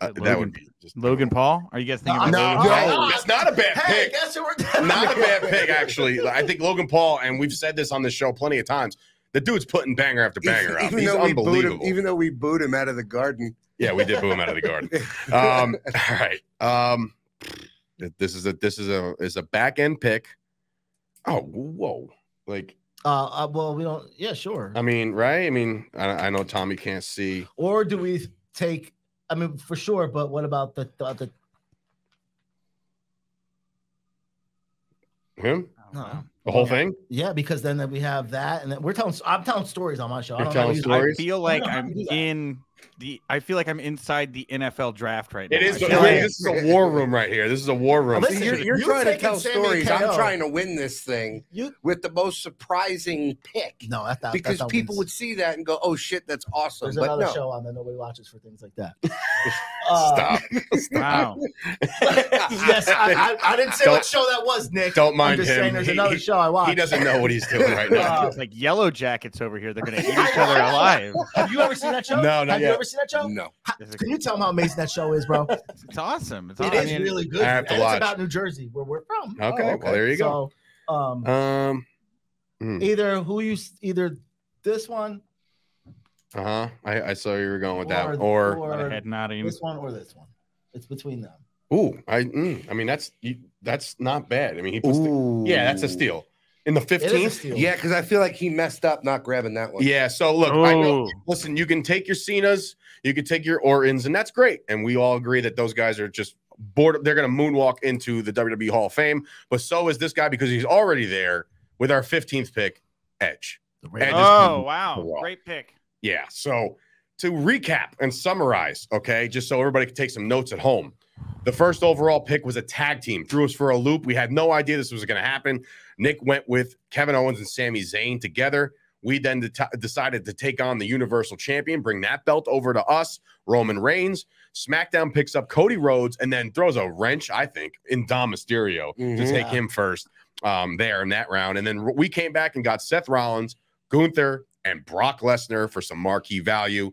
[SPEAKER 2] uh,
[SPEAKER 4] Logan-
[SPEAKER 2] that would be just
[SPEAKER 4] Logan Paul? Are you guys thinking
[SPEAKER 3] No,
[SPEAKER 4] about
[SPEAKER 3] no,
[SPEAKER 4] Logan
[SPEAKER 2] No,
[SPEAKER 4] Paul?
[SPEAKER 3] no.
[SPEAKER 2] that's not a bad
[SPEAKER 3] Hey,
[SPEAKER 2] pick.
[SPEAKER 3] guess who we're
[SPEAKER 2] Not a bad pick, actually. I think Logan Paul, and we've said this on this show plenty of times. The dude's putting banger after banger out. He's
[SPEAKER 1] we booed him,
[SPEAKER 2] unbelievable.
[SPEAKER 1] even though we booed him out of the garden.
[SPEAKER 2] Yeah, we did boo him out of the garden. Um, all right. Um, this is a this is a is a back end pick. Oh, whoa! Like
[SPEAKER 3] Uh, uh, well, we don't. Yeah, sure.
[SPEAKER 2] I mean, right? I mean, I, I know Tommy can't see.
[SPEAKER 3] Or do we take? I mean, for sure. But what about the the, the
[SPEAKER 2] Him?
[SPEAKER 3] no.
[SPEAKER 2] The whole thing?
[SPEAKER 3] Yeah, because then that we have that, and then we're telling. I'm telling stories on my show. I
[SPEAKER 2] You're
[SPEAKER 3] don't
[SPEAKER 2] telling
[SPEAKER 3] know.
[SPEAKER 2] stories?
[SPEAKER 4] I feel like
[SPEAKER 3] No, no,
[SPEAKER 4] I'm
[SPEAKER 3] do that.
[SPEAKER 4] in the. I feel like I'm inside the NFL draft right now.
[SPEAKER 2] It
[SPEAKER 4] I
[SPEAKER 2] is.
[SPEAKER 4] feel
[SPEAKER 2] I mean,
[SPEAKER 4] like-
[SPEAKER 1] yeah.
[SPEAKER 2] this is a war room right here. This is a war room.
[SPEAKER 3] Listen,
[SPEAKER 1] you're you're
[SPEAKER 3] you
[SPEAKER 1] trying to
[SPEAKER 3] taking
[SPEAKER 1] tell
[SPEAKER 3] Sammy
[SPEAKER 1] stories. I'm
[SPEAKER 3] KO.
[SPEAKER 1] trying to win this thing
[SPEAKER 3] You-
[SPEAKER 1] with the most surprising pick
[SPEAKER 3] No, that's not
[SPEAKER 1] because people would see that and go, "Oh shit, that's awesome!"
[SPEAKER 3] There's
[SPEAKER 1] but
[SPEAKER 3] another
[SPEAKER 1] no,
[SPEAKER 3] show on that nobody watches for things like that. Uh,
[SPEAKER 2] Stop.
[SPEAKER 4] wow.
[SPEAKER 3] yes, I, I, I didn't say
[SPEAKER 2] Don't-
[SPEAKER 3] what show that was, Nick.
[SPEAKER 2] Don't mind
[SPEAKER 3] I'm just
[SPEAKER 2] him.
[SPEAKER 3] saying there's
[SPEAKER 2] He-
[SPEAKER 3] another
[SPEAKER 2] he-
[SPEAKER 3] show I watched.
[SPEAKER 2] He doesn't know what he's doing right now.
[SPEAKER 4] it's like yellow jackets over here. They're gonna eat each other alive.
[SPEAKER 3] Have you ever seen that show?
[SPEAKER 2] No, not
[SPEAKER 3] Have
[SPEAKER 2] yet.
[SPEAKER 3] you ever seen that show?
[SPEAKER 1] no.
[SPEAKER 4] It's,
[SPEAKER 3] Can you tell him how amazing that show is, bro? It
[SPEAKER 4] awesome. It's
[SPEAKER 3] is
[SPEAKER 4] awesome. I mean,
[SPEAKER 3] really good.
[SPEAKER 2] I have to
[SPEAKER 3] and
[SPEAKER 2] watch.
[SPEAKER 3] It's about New Jersey, where we're from.
[SPEAKER 2] Okay, well there you go.
[SPEAKER 3] So, um,
[SPEAKER 2] um. hmm,
[SPEAKER 3] either who you s- either this one
[SPEAKER 2] Uh huh. I, I saw you were going with that.
[SPEAKER 3] or,
[SPEAKER 2] Or,
[SPEAKER 4] what a head nodding.
[SPEAKER 3] this one or this one. It's between them.
[SPEAKER 2] ooh, I. mm, I mean, that's you, that's not bad. I mean, he puts the,
[SPEAKER 1] Ooh.
[SPEAKER 2] yeah, that's a steal in the
[SPEAKER 3] It is a
[SPEAKER 2] fifteenth.
[SPEAKER 3] steal.
[SPEAKER 1] Yeah, because I feel like he messed up not grabbing that one.
[SPEAKER 2] Yeah. So look, I know
[SPEAKER 4] Oh,
[SPEAKER 2] listen, you can take your Cenas, you can take your Ortons, and that's great. And we all agree that those guys are just bored. They're going to moonwalk into the WWE Hall of Fame. But so is this guy because he's already there with our 15th pick, Edge.
[SPEAKER 3] The
[SPEAKER 2] Ed
[SPEAKER 3] Raiders.
[SPEAKER 2] is-
[SPEAKER 4] oh wow,
[SPEAKER 2] Raw.
[SPEAKER 4] great pick.
[SPEAKER 2] Yeah. So to recap and summarize, okay, just so everybody can take some notes at home, The first overall pick was a tag team. Threw us for a loop. We had no idea this was going to happen. Nick went with Kevin Owens and Sami Zayn together. We then det- decided to take on the Universal Champion, bring that belt over to us, Roman Reigns. SmackDown picks up Cody Rhodes and then throws a wrench, I think, in Dom Mysterio to
[SPEAKER 1] Mhm.
[SPEAKER 2] take
[SPEAKER 3] Yeah.
[SPEAKER 2] him first um, there in that round. And then we came back and got Seth Rollins, Gunther, and Brock Lesnar for some marquee value.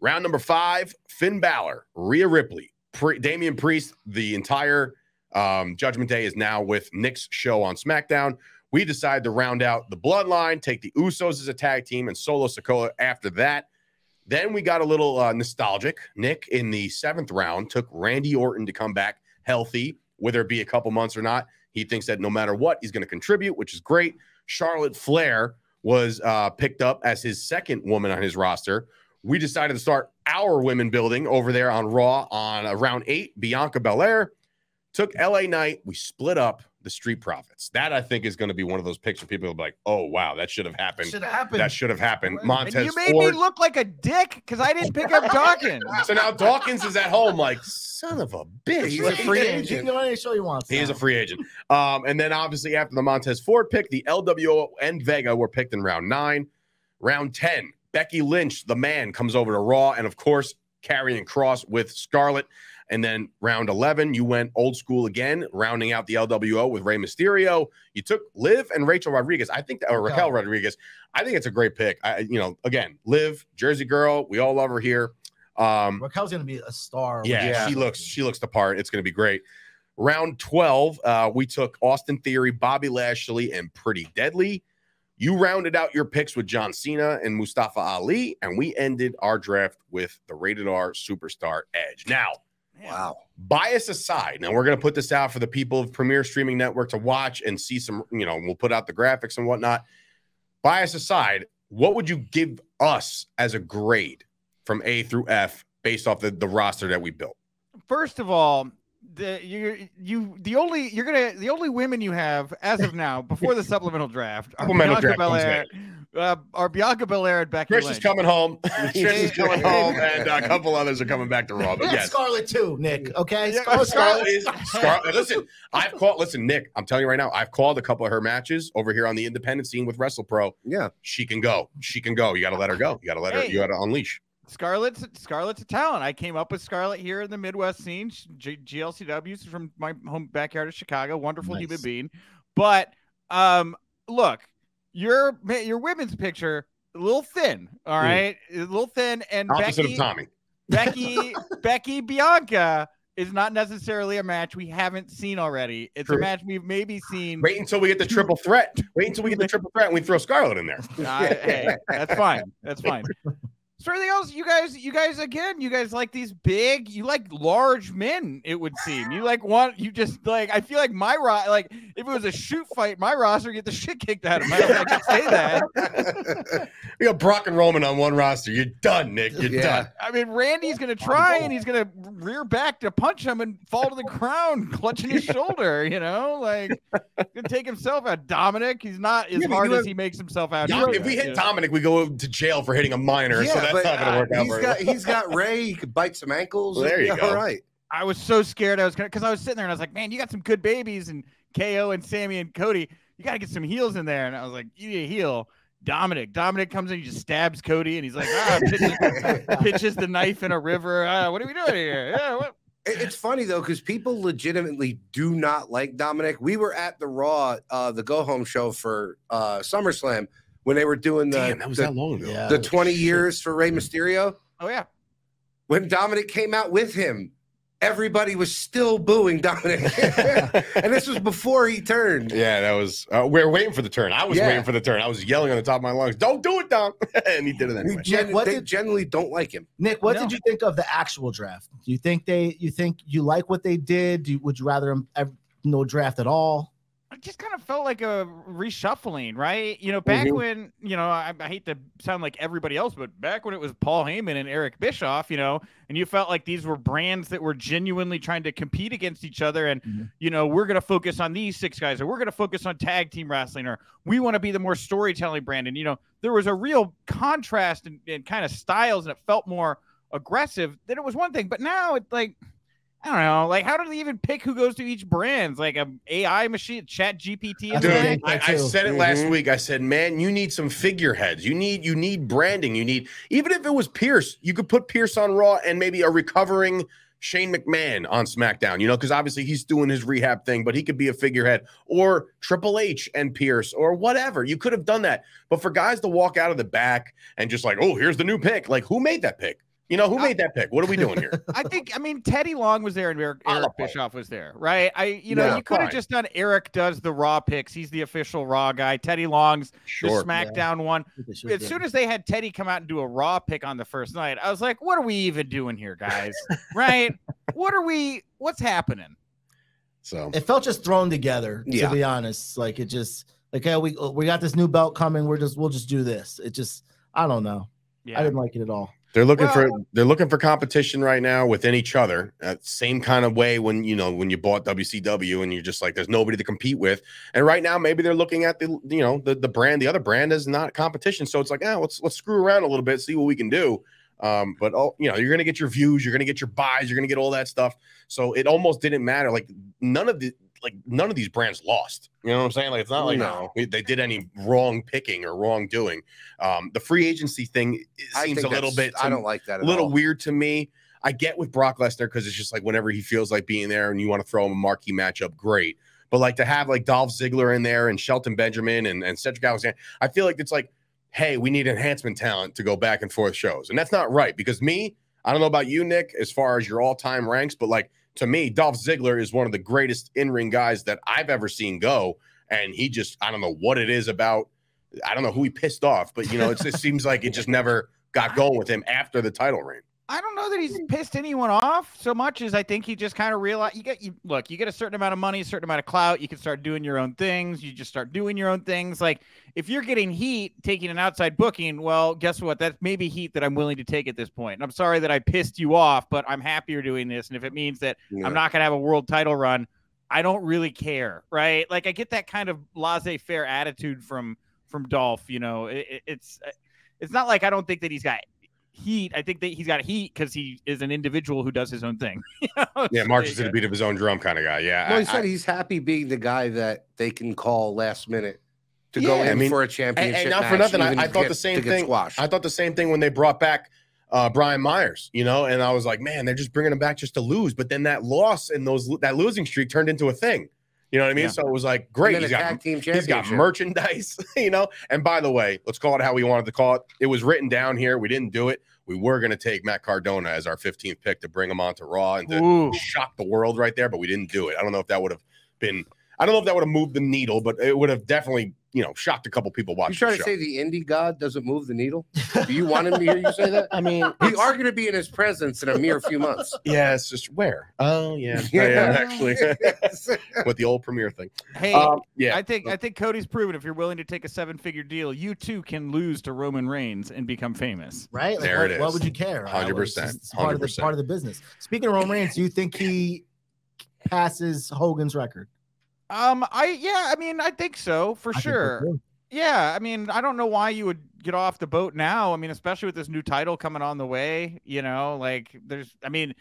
[SPEAKER 2] Round number five, Finn Balor, Rhea Ripley, Pri- Damian Priest. The entire um, Judgment Day is now with Nick's show on SmackDown. We decide to round out the Bloodline, take the Usos as a tag team, and Solo Sokoa after that. Then we got a little uh, nostalgic. Nick in the seventh round took Randy Orton to come back healthy, whether it be a couple months or not. He thinks that no matter what, he's going to contribute, which is great. Charlotte Flair was uh, picked up as his second woman on his roster. We decided to start our women building over there on Raw on uh, round eight. Bianca Belair took LA Knight. We split up the Street Profits. That I think is going to be one of those picks where people will be like, oh, wow, that should have happened.
[SPEAKER 5] Should happen.
[SPEAKER 2] That should have happened.
[SPEAKER 4] And
[SPEAKER 2] Montez
[SPEAKER 4] you made
[SPEAKER 2] Ford.
[SPEAKER 4] me look like a dick because I didn't pick up Dawkins.
[SPEAKER 2] So now Dawkins is at home, like son of a bitch.
[SPEAKER 1] He's
[SPEAKER 2] Like,
[SPEAKER 1] a free
[SPEAKER 3] he
[SPEAKER 1] agent.
[SPEAKER 3] He can go on any show he wants.
[SPEAKER 2] He is
[SPEAKER 3] now.
[SPEAKER 2] a free agent. Um, and then obviously after the Montez Ford pick, the LWO and Vega were picked in round nine. Round ten, Becky Lynch, the man, comes over to Raw, and of course carrying Cross with Scarlett. And then round eleven, you went old school again, rounding out the LWO with Rey Mysterio. You took Liv and Rachel Rodriguez. I think that, or Raquel Rodriguez. I think it's a great pick. I, you know, again, Liv, Jersey girl, we all love her here. Um,
[SPEAKER 3] Raquel's gonna be a star.
[SPEAKER 2] yeah,
[SPEAKER 5] Yeah.
[SPEAKER 2] she looks she looks the part. It's going to be great. Round twelve, uh, we took Austin Theory, Bobby Lashley, and Pretty Deadly. You rounded out your picks with John Cena and Mustafa Ali, and we ended our draft with the Rated R Superstar Edge. Now,
[SPEAKER 1] Wow.
[SPEAKER 2] bias aside, now we're going to put this out for the people of Premier Streaming Network to watch and see some, you know, we'll put out the graphics and whatnot. Bias aside, what would you give us as a grade from A through F based off the, the roster that we built?
[SPEAKER 4] First of all, the you you the only you're gonna the only women you have as of now before the supplemental draft are
[SPEAKER 2] Supplemental
[SPEAKER 4] Bianca
[SPEAKER 2] draft comes
[SPEAKER 4] Belair, uh, are Bianca Belair and Becky
[SPEAKER 2] Trish is
[SPEAKER 4] Lynch.
[SPEAKER 2] coming home. Trish is coming home, and uh, a couple others are coming back to Raw.
[SPEAKER 3] We
[SPEAKER 2] But
[SPEAKER 3] have
[SPEAKER 2] yes,
[SPEAKER 3] Scarlet too, Nick. Okay,
[SPEAKER 4] Yeah,
[SPEAKER 3] Scarlet.
[SPEAKER 2] Scarlett is Scarlett. Listen, I've called. Listen, Nick, I'm telling you right now, I've called a couple of her matches over here on the independent scene with WrestlePro.
[SPEAKER 1] Yeah.
[SPEAKER 2] She can go. She can go. You got to let her go. You got to let her.
[SPEAKER 4] Hey.
[SPEAKER 2] You got to unleash.
[SPEAKER 4] Scarlett's Scarlett's a talent. I came up with Scarlett here in the Midwest scene. She- G- GLCW's from my home backyard of Chicago. Wonderful human
[SPEAKER 3] Nice.
[SPEAKER 4] being, but um, look, your ma- your women's picture a little thin. All
[SPEAKER 2] Mm.
[SPEAKER 4] right, a little thin. And
[SPEAKER 2] Opposite
[SPEAKER 4] Becky,
[SPEAKER 2] of Tommy.
[SPEAKER 4] Becky Becky Bianca is not necessarily a match we haven't seen already. It's a
[SPEAKER 2] True.
[SPEAKER 4] match we've maybe seen.
[SPEAKER 2] Wait until we get the triple threat. Wait until we get the triple threat, and we throw Scarlett in there.
[SPEAKER 4] Uh, hey, that's fine. That's fine. So anything else? You guys, you guys again, you guys like these big, you like large men, it would seem. You like want you just like I feel like my ro- like if it was a shoot fight, my roster would get the shit kicked out of me. I can say that.
[SPEAKER 2] we got Brock and Roman on one roster. You're done, Nick. You're
[SPEAKER 1] Yeah.
[SPEAKER 2] done.
[SPEAKER 4] I mean, Randy's gonna try and he's gonna rear back to punch him and fall to the ground, clutching his shoulder, you know? Like he's gonna take himself out. Dominic, he's not as
[SPEAKER 2] Yeah, but
[SPEAKER 4] hard
[SPEAKER 2] you
[SPEAKER 4] as
[SPEAKER 2] have-
[SPEAKER 4] he makes himself out. to
[SPEAKER 2] Dom-
[SPEAKER 4] be,
[SPEAKER 2] if we
[SPEAKER 4] you
[SPEAKER 2] hit
[SPEAKER 4] know?
[SPEAKER 2] Dominic, we go to jail for hitting a minor. so that's not going to work out.
[SPEAKER 1] He's
[SPEAKER 2] very
[SPEAKER 1] got,
[SPEAKER 2] well.
[SPEAKER 1] he's got Ray. He could bite some ankles.
[SPEAKER 2] There you
[SPEAKER 1] Yeah,
[SPEAKER 2] go.
[SPEAKER 1] All right.
[SPEAKER 4] I was so scared I was gonna because I was sitting there and I was like, man, you got some good babies and KO and Sammy and Cody. You gotta get some heels in there. And I was like, you need a heel. Dominic. Dominic comes in, he just stabs Cody and he's like, ah, pitches, pitches the knife in a river. Ah, what are we doing here? Yeah, what?
[SPEAKER 1] It- It's funny though, because people legitimately do not like Dominic. We were at the Raw, uh, the go home show for uh, SummerSlam when they were doing the
[SPEAKER 2] Damn, that was
[SPEAKER 1] the,
[SPEAKER 2] that long ago.
[SPEAKER 3] Yeah.
[SPEAKER 1] the 20 years for Rey Mysterio.
[SPEAKER 4] Oh yeah.
[SPEAKER 1] When Dominic came out with him, everybody was still booing Dominic. and this was before he turned.
[SPEAKER 2] Yeah, that was. Uh, we were waiting for the turn. I was
[SPEAKER 1] Yeah.
[SPEAKER 2] waiting for the turn. I was yelling on the top of my lungs, "Don't do it, Dom!" and he did it
[SPEAKER 1] We
[SPEAKER 2] anyway.
[SPEAKER 1] gen-
[SPEAKER 3] Nick, what
[SPEAKER 1] they
[SPEAKER 3] did-
[SPEAKER 1] generally don't like him.
[SPEAKER 3] Nick, what
[SPEAKER 4] No.
[SPEAKER 3] did you think of the actual draft? Do you think they? You think you like what they did? Do you, would you rather them ev- no draft at all?
[SPEAKER 4] I just kind of felt like a reshuffling, right? You know, back when, you know, I, I hate to sound like everybody else, but back when it was Paul Heyman and Eric Bischoff, you know, and you felt like these were brands that were genuinely trying to compete against each other. And,
[SPEAKER 3] Mhm.
[SPEAKER 4] you know, we're going to focus on these six guys or we're going to focus on tag team wrestling or we want to be the more storytelling brand. And, you know, there was a real contrast and, and kind of styles and it felt more aggressive than it was one thing. But now it's like, I don't know. Like, how do they even pick who goes to each brand? It's like um, a AI machine, Chat GPT.
[SPEAKER 3] Dude,
[SPEAKER 4] Dude,
[SPEAKER 2] I, I said it last week. I said, man, you need some figureheads. You need you need branding. You need even if it was Pierce, you could put Pierce on Raw and maybe a recovering Shane McMahon on SmackDown. You know, because obviously he's doing his rehab thing, but he could be a figurehead or Triple H and Pierce or whatever. You could have done that, but for guys to walk out of the back and just like, oh, here's the new pick. Like, who made that pick? You know, who made that pick? What are we doing here?
[SPEAKER 4] I think I mean Teddy Long was there and Eric,
[SPEAKER 2] Oliver.
[SPEAKER 4] Eric Bischoff was there, right? I you know
[SPEAKER 2] Yeah,
[SPEAKER 4] you could have
[SPEAKER 2] fine.
[SPEAKER 4] just done Eric does the Raw picks. He's the official Raw guy. Teddy Long's
[SPEAKER 2] Sure.
[SPEAKER 4] the SmackDown one. As soon as they had Teddy come out and do a Raw pick on the first night, I was like, what are we even doing here, guys? right? What are we? What's happening?
[SPEAKER 2] So
[SPEAKER 3] it felt just thrown together
[SPEAKER 1] Yeah.
[SPEAKER 3] to be honest like it just like hey we we got this new belt coming we're just we'll just do this it just i don't know i
[SPEAKER 4] Yeah.
[SPEAKER 3] didn't like it at all
[SPEAKER 2] They're looking for
[SPEAKER 4] Well-
[SPEAKER 2] they're looking for competition right now within each other. Uh, same kind of way when you know when you bought WCW and you're just like there's nobody to compete with. And right now maybe they're looking at the you know the the brand the other brand is not competition. So it's like ah let's let's screw around a little bit see what we can do. Um, but all you know you're gonna get your views, you're gonna get your buys, you're gonna get all that stuff. So it almost didn't matter. Like none of the like none of these brands lost. You know what I'm saying? Like it's not like
[SPEAKER 1] No.
[SPEAKER 2] we- they did any wrong picking or wrongdoing. Um, the free agency thing
[SPEAKER 1] I
[SPEAKER 2] seems a
[SPEAKER 1] think
[SPEAKER 2] little
[SPEAKER 1] that's-
[SPEAKER 2] bit.
[SPEAKER 1] I
[SPEAKER 2] to
[SPEAKER 1] don't like that. At
[SPEAKER 2] a little
[SPEAKER 1] all.
[SPEAKER 2] weird to me. I get with Brock Lesnar because it's just like whenever he feels like being there and you want to throw him a marquee matchup, great. But like to have like Dolph Ziggler in there and Shelton Benjamin and, and Cedric Alexander, I feel like it's like, hey, we need enhancement talent to go back and forth shows. And that's not right because me, I don't know about you, Nick, as far as your all time ranks, but like to me, Dolph Ziggler is one of the greatest in ring guys that I've ever seen go. And he just, I don't know what it is about. I don't know who he pissed off, but you know, it's, it seems like it just never got going with him after the title reign.
[SPEAKER 4] I don't know that he's pissed anyone off so much as I think he just kind of realized you get you look, you get a certain amount of money, a certain amount of clout, you can start doing your own things, you just start doing your own things. Like if you're getting heat taking an outside booking, well, guess what? That's maybe heat that I'm willing to take at this point. And I'm sorry that I pissed you off, but I'm happier doing this. And if it means that
[SPEAKER 2] Yeah.
[SPEAKER 4] I'm not gonna have a world title run, I don't really care, right? Like I get that kind of laissez-faire attitude from from Dolph. You know, it, it- it's uh, it's not like I don't think that he's got heat. I think that he's got heat because he is an individual who does his own thing. You know?
[SPEAKER 2] Yeah,
[SPEAKER 4] So
[SPEAKER 2] March is
[SPEAKER 4] there you
[SPEAKER 2] to the
[SPEAKER 4] go.
[SPEAKER 2] beat of his own drum kind of guy. Yeah,
[SPEAKER 1] Well,
[SPEAKER 2] I-
[SPEAKER 1] he said
[SPEAKER 2] I-
[SPEAKER 1] he's happy being the guy that they can call last minute to go
[SPEAKER 2] Yeah,
[SPEAKER 1] in
[SPEAKER 2] I mean,
[SPEAKER 1] for a
[SPEAKER 2] and,
[SPEAKER 1] championship.
[SPEAKER 2] and not for
[SPEAKER 1] match,
[SPEAKER 2] nothing.
[SPEAKER 1] even
[SPEAKER 2] I, I
[SPEAKER 1] to
[SPEAKER 2] thought
[SPEAKER 1] get-
[SPEAKER 2] the same
[SPEAKER 1] to get
[SPEAKER 2] thing.
[SPEAKER 1] Squashed.
[SPEAKER 2] I thought the same thing when they brought back uh, Brian Myers. You know, and I was like, man, they're just bringing him back just to lose. But then that loss and those that losing streak turned into a thing. You know what I mean?
[SPEAKER 4] Yeah.
[SPEAKER 2] So it was like,
[SPEAKER 1] And
[SPEAKER 2] great.
[SPEAKER 1] then
[SPEAKER 2] He's
[SPEAKER 1] a
[SPEAKER 2] got
[SPEAKER 1] tag team
[SPEAKER 2] He's got
[SPEAKER 1] championship.
[SPEAKER 2] merchandise, you know. And by the way, let's call it how we wanted to call it. It was written down here. We didn't do it. We were going to take Matt Cardona as our 15th pick to bring him on to Raw and to
[SPEAKER 4] Ooh.
[SPEAKER 2] shock the world right there, but we didn't do it. I don't know if that would have been. I don't know if that would have moved the needle, but it would have definitely, you know, shocked a couple people
[SPEAKER 1] You
[SPEAKER 2] watching.
[SPEAKER 1] trying
[SPEAKER 2] the
[SPEAKER 1] to
[SPEAKER 2] show.
[SPEAKER 1] say the indie god doesn't move the needle? Do you want him to hear you say that?
[SPEAKER 2] I mean,
[SPEAKER 1] We are going to be in his presence in a mere few months.
[SPEAKER 2] yeah, it's just where. Oh yeah, yeah, actually, with the old premiere thing.
[SPEAKER 4] Hey,
[SPEAKER 2] Um, yeah,
[SPEAKER 4] I think I think Cody's proven if you're willing to take a seven-figure deal, you too can lose to Roman Reigns and become famous.
[SPEAKER 3] right like,
[SPEAKER 2] There
[SPEAKER 3] why,
[SPEAKER 2] it
[SPEAKER 3] why
[SPEAKER 2] is.
[SPEAKER 3] would you care I would- it's
[SPEAKER 2] 100%,
[SPEAKER 3] just- it's part of the
[SPEAKER 2] 100%.
[SPEAKER 3] part of the business speaking of roman reigns do you think he passes hogan's record
[SPEAKER 4] Um, I yeah, I mean, I think so for
[SPEAKER 3] I think so,
[SPEAKER 4] sure.
[SPEAKER 3] too.
[SPEAKER 4] Yeah, I mean, I don't know why you would get off the boat now. I mean, especially with this new title coming on the way, you know, like there's I mean,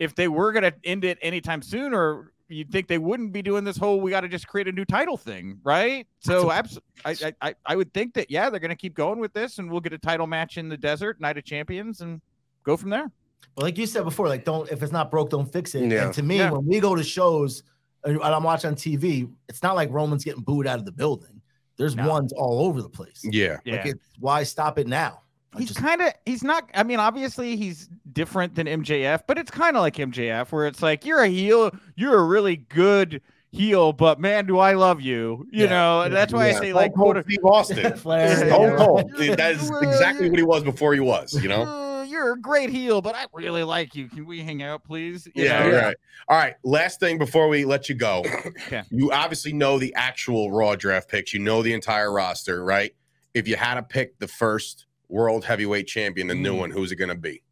[SPEAKER 4] if they were going to end it anytime soon or you'd think they wouldn't be doing this whole we got to just create a new title thing, right? So abs- I, I I- I would think that yeah, they're going to keep going with this and we'll get a title match in the desert, Night of Champions and go from there.
[SPEAKER 3] But like you said before, like don't if it's not broke, don't fix it.
[SPEAKER 1] Yeah.
[SPEAKER 3] And to me,
[SPEAKER 4] Yeah.
[SPEAKER 3] when we go to shows and and I'm watching on TV, it's not like Roman's getting booed out of the building. There's
[SPEAKER 4] No.
[SPEAKER 3] ones all over the place.
[SPEAKER 2] yeah,
[SPEAKER 3] Like it's, why stop it now? I
[SPEAKER 4] he's
[SPEAKER 3] just-
[SPEAKER 4] kind of he's not i mean obviously he's different than mjf but it's kind of like mjf where it's like you're a heel you're a really good heel but man do i love you you
[SPEAKER 3] Yeah,
[SPEAKER 4] know and
[SPEAKER 3] yeah,
[SPEAKER 4] that's why i
[SPEAKER 2] Yeah.
[SPEAKER 4] say
[SPEAKER 2] Stone
[SPEAKER 4] like
[SPEAKER 2] Cold
[SPEAKER 4] quote,
[SPEAKER 2] Steve Austin.
[SPEAKER 3] Flair,
[SPEAKER 4] Yeah.
[SPEAKER 2] Stone Cold.
[SPEAKER 4] Yeah.
[SPEAKER 2] That is
[SPEAKER 4] Well,
[SPEAKER 2] exactly
[SPEAKER 4] yeah.
[SPEAKER 2] what he was before he was. You know.
[SPEAKER 4] "Uh, you're a great heel but i really like you can we hang out please You
[SPEAKER 2] Yeah,
[SPEAKER 4] know?
[SPEAKER 2] you're right. All right. Last thing before we let you go.
[SPEAKER 4] Okay.
[SPEAKER 2] You obviously know the actual raw draft picks. You know the entire roster, right? If you had to pick the first world heavyweight champion, the new one, who's it gonna be?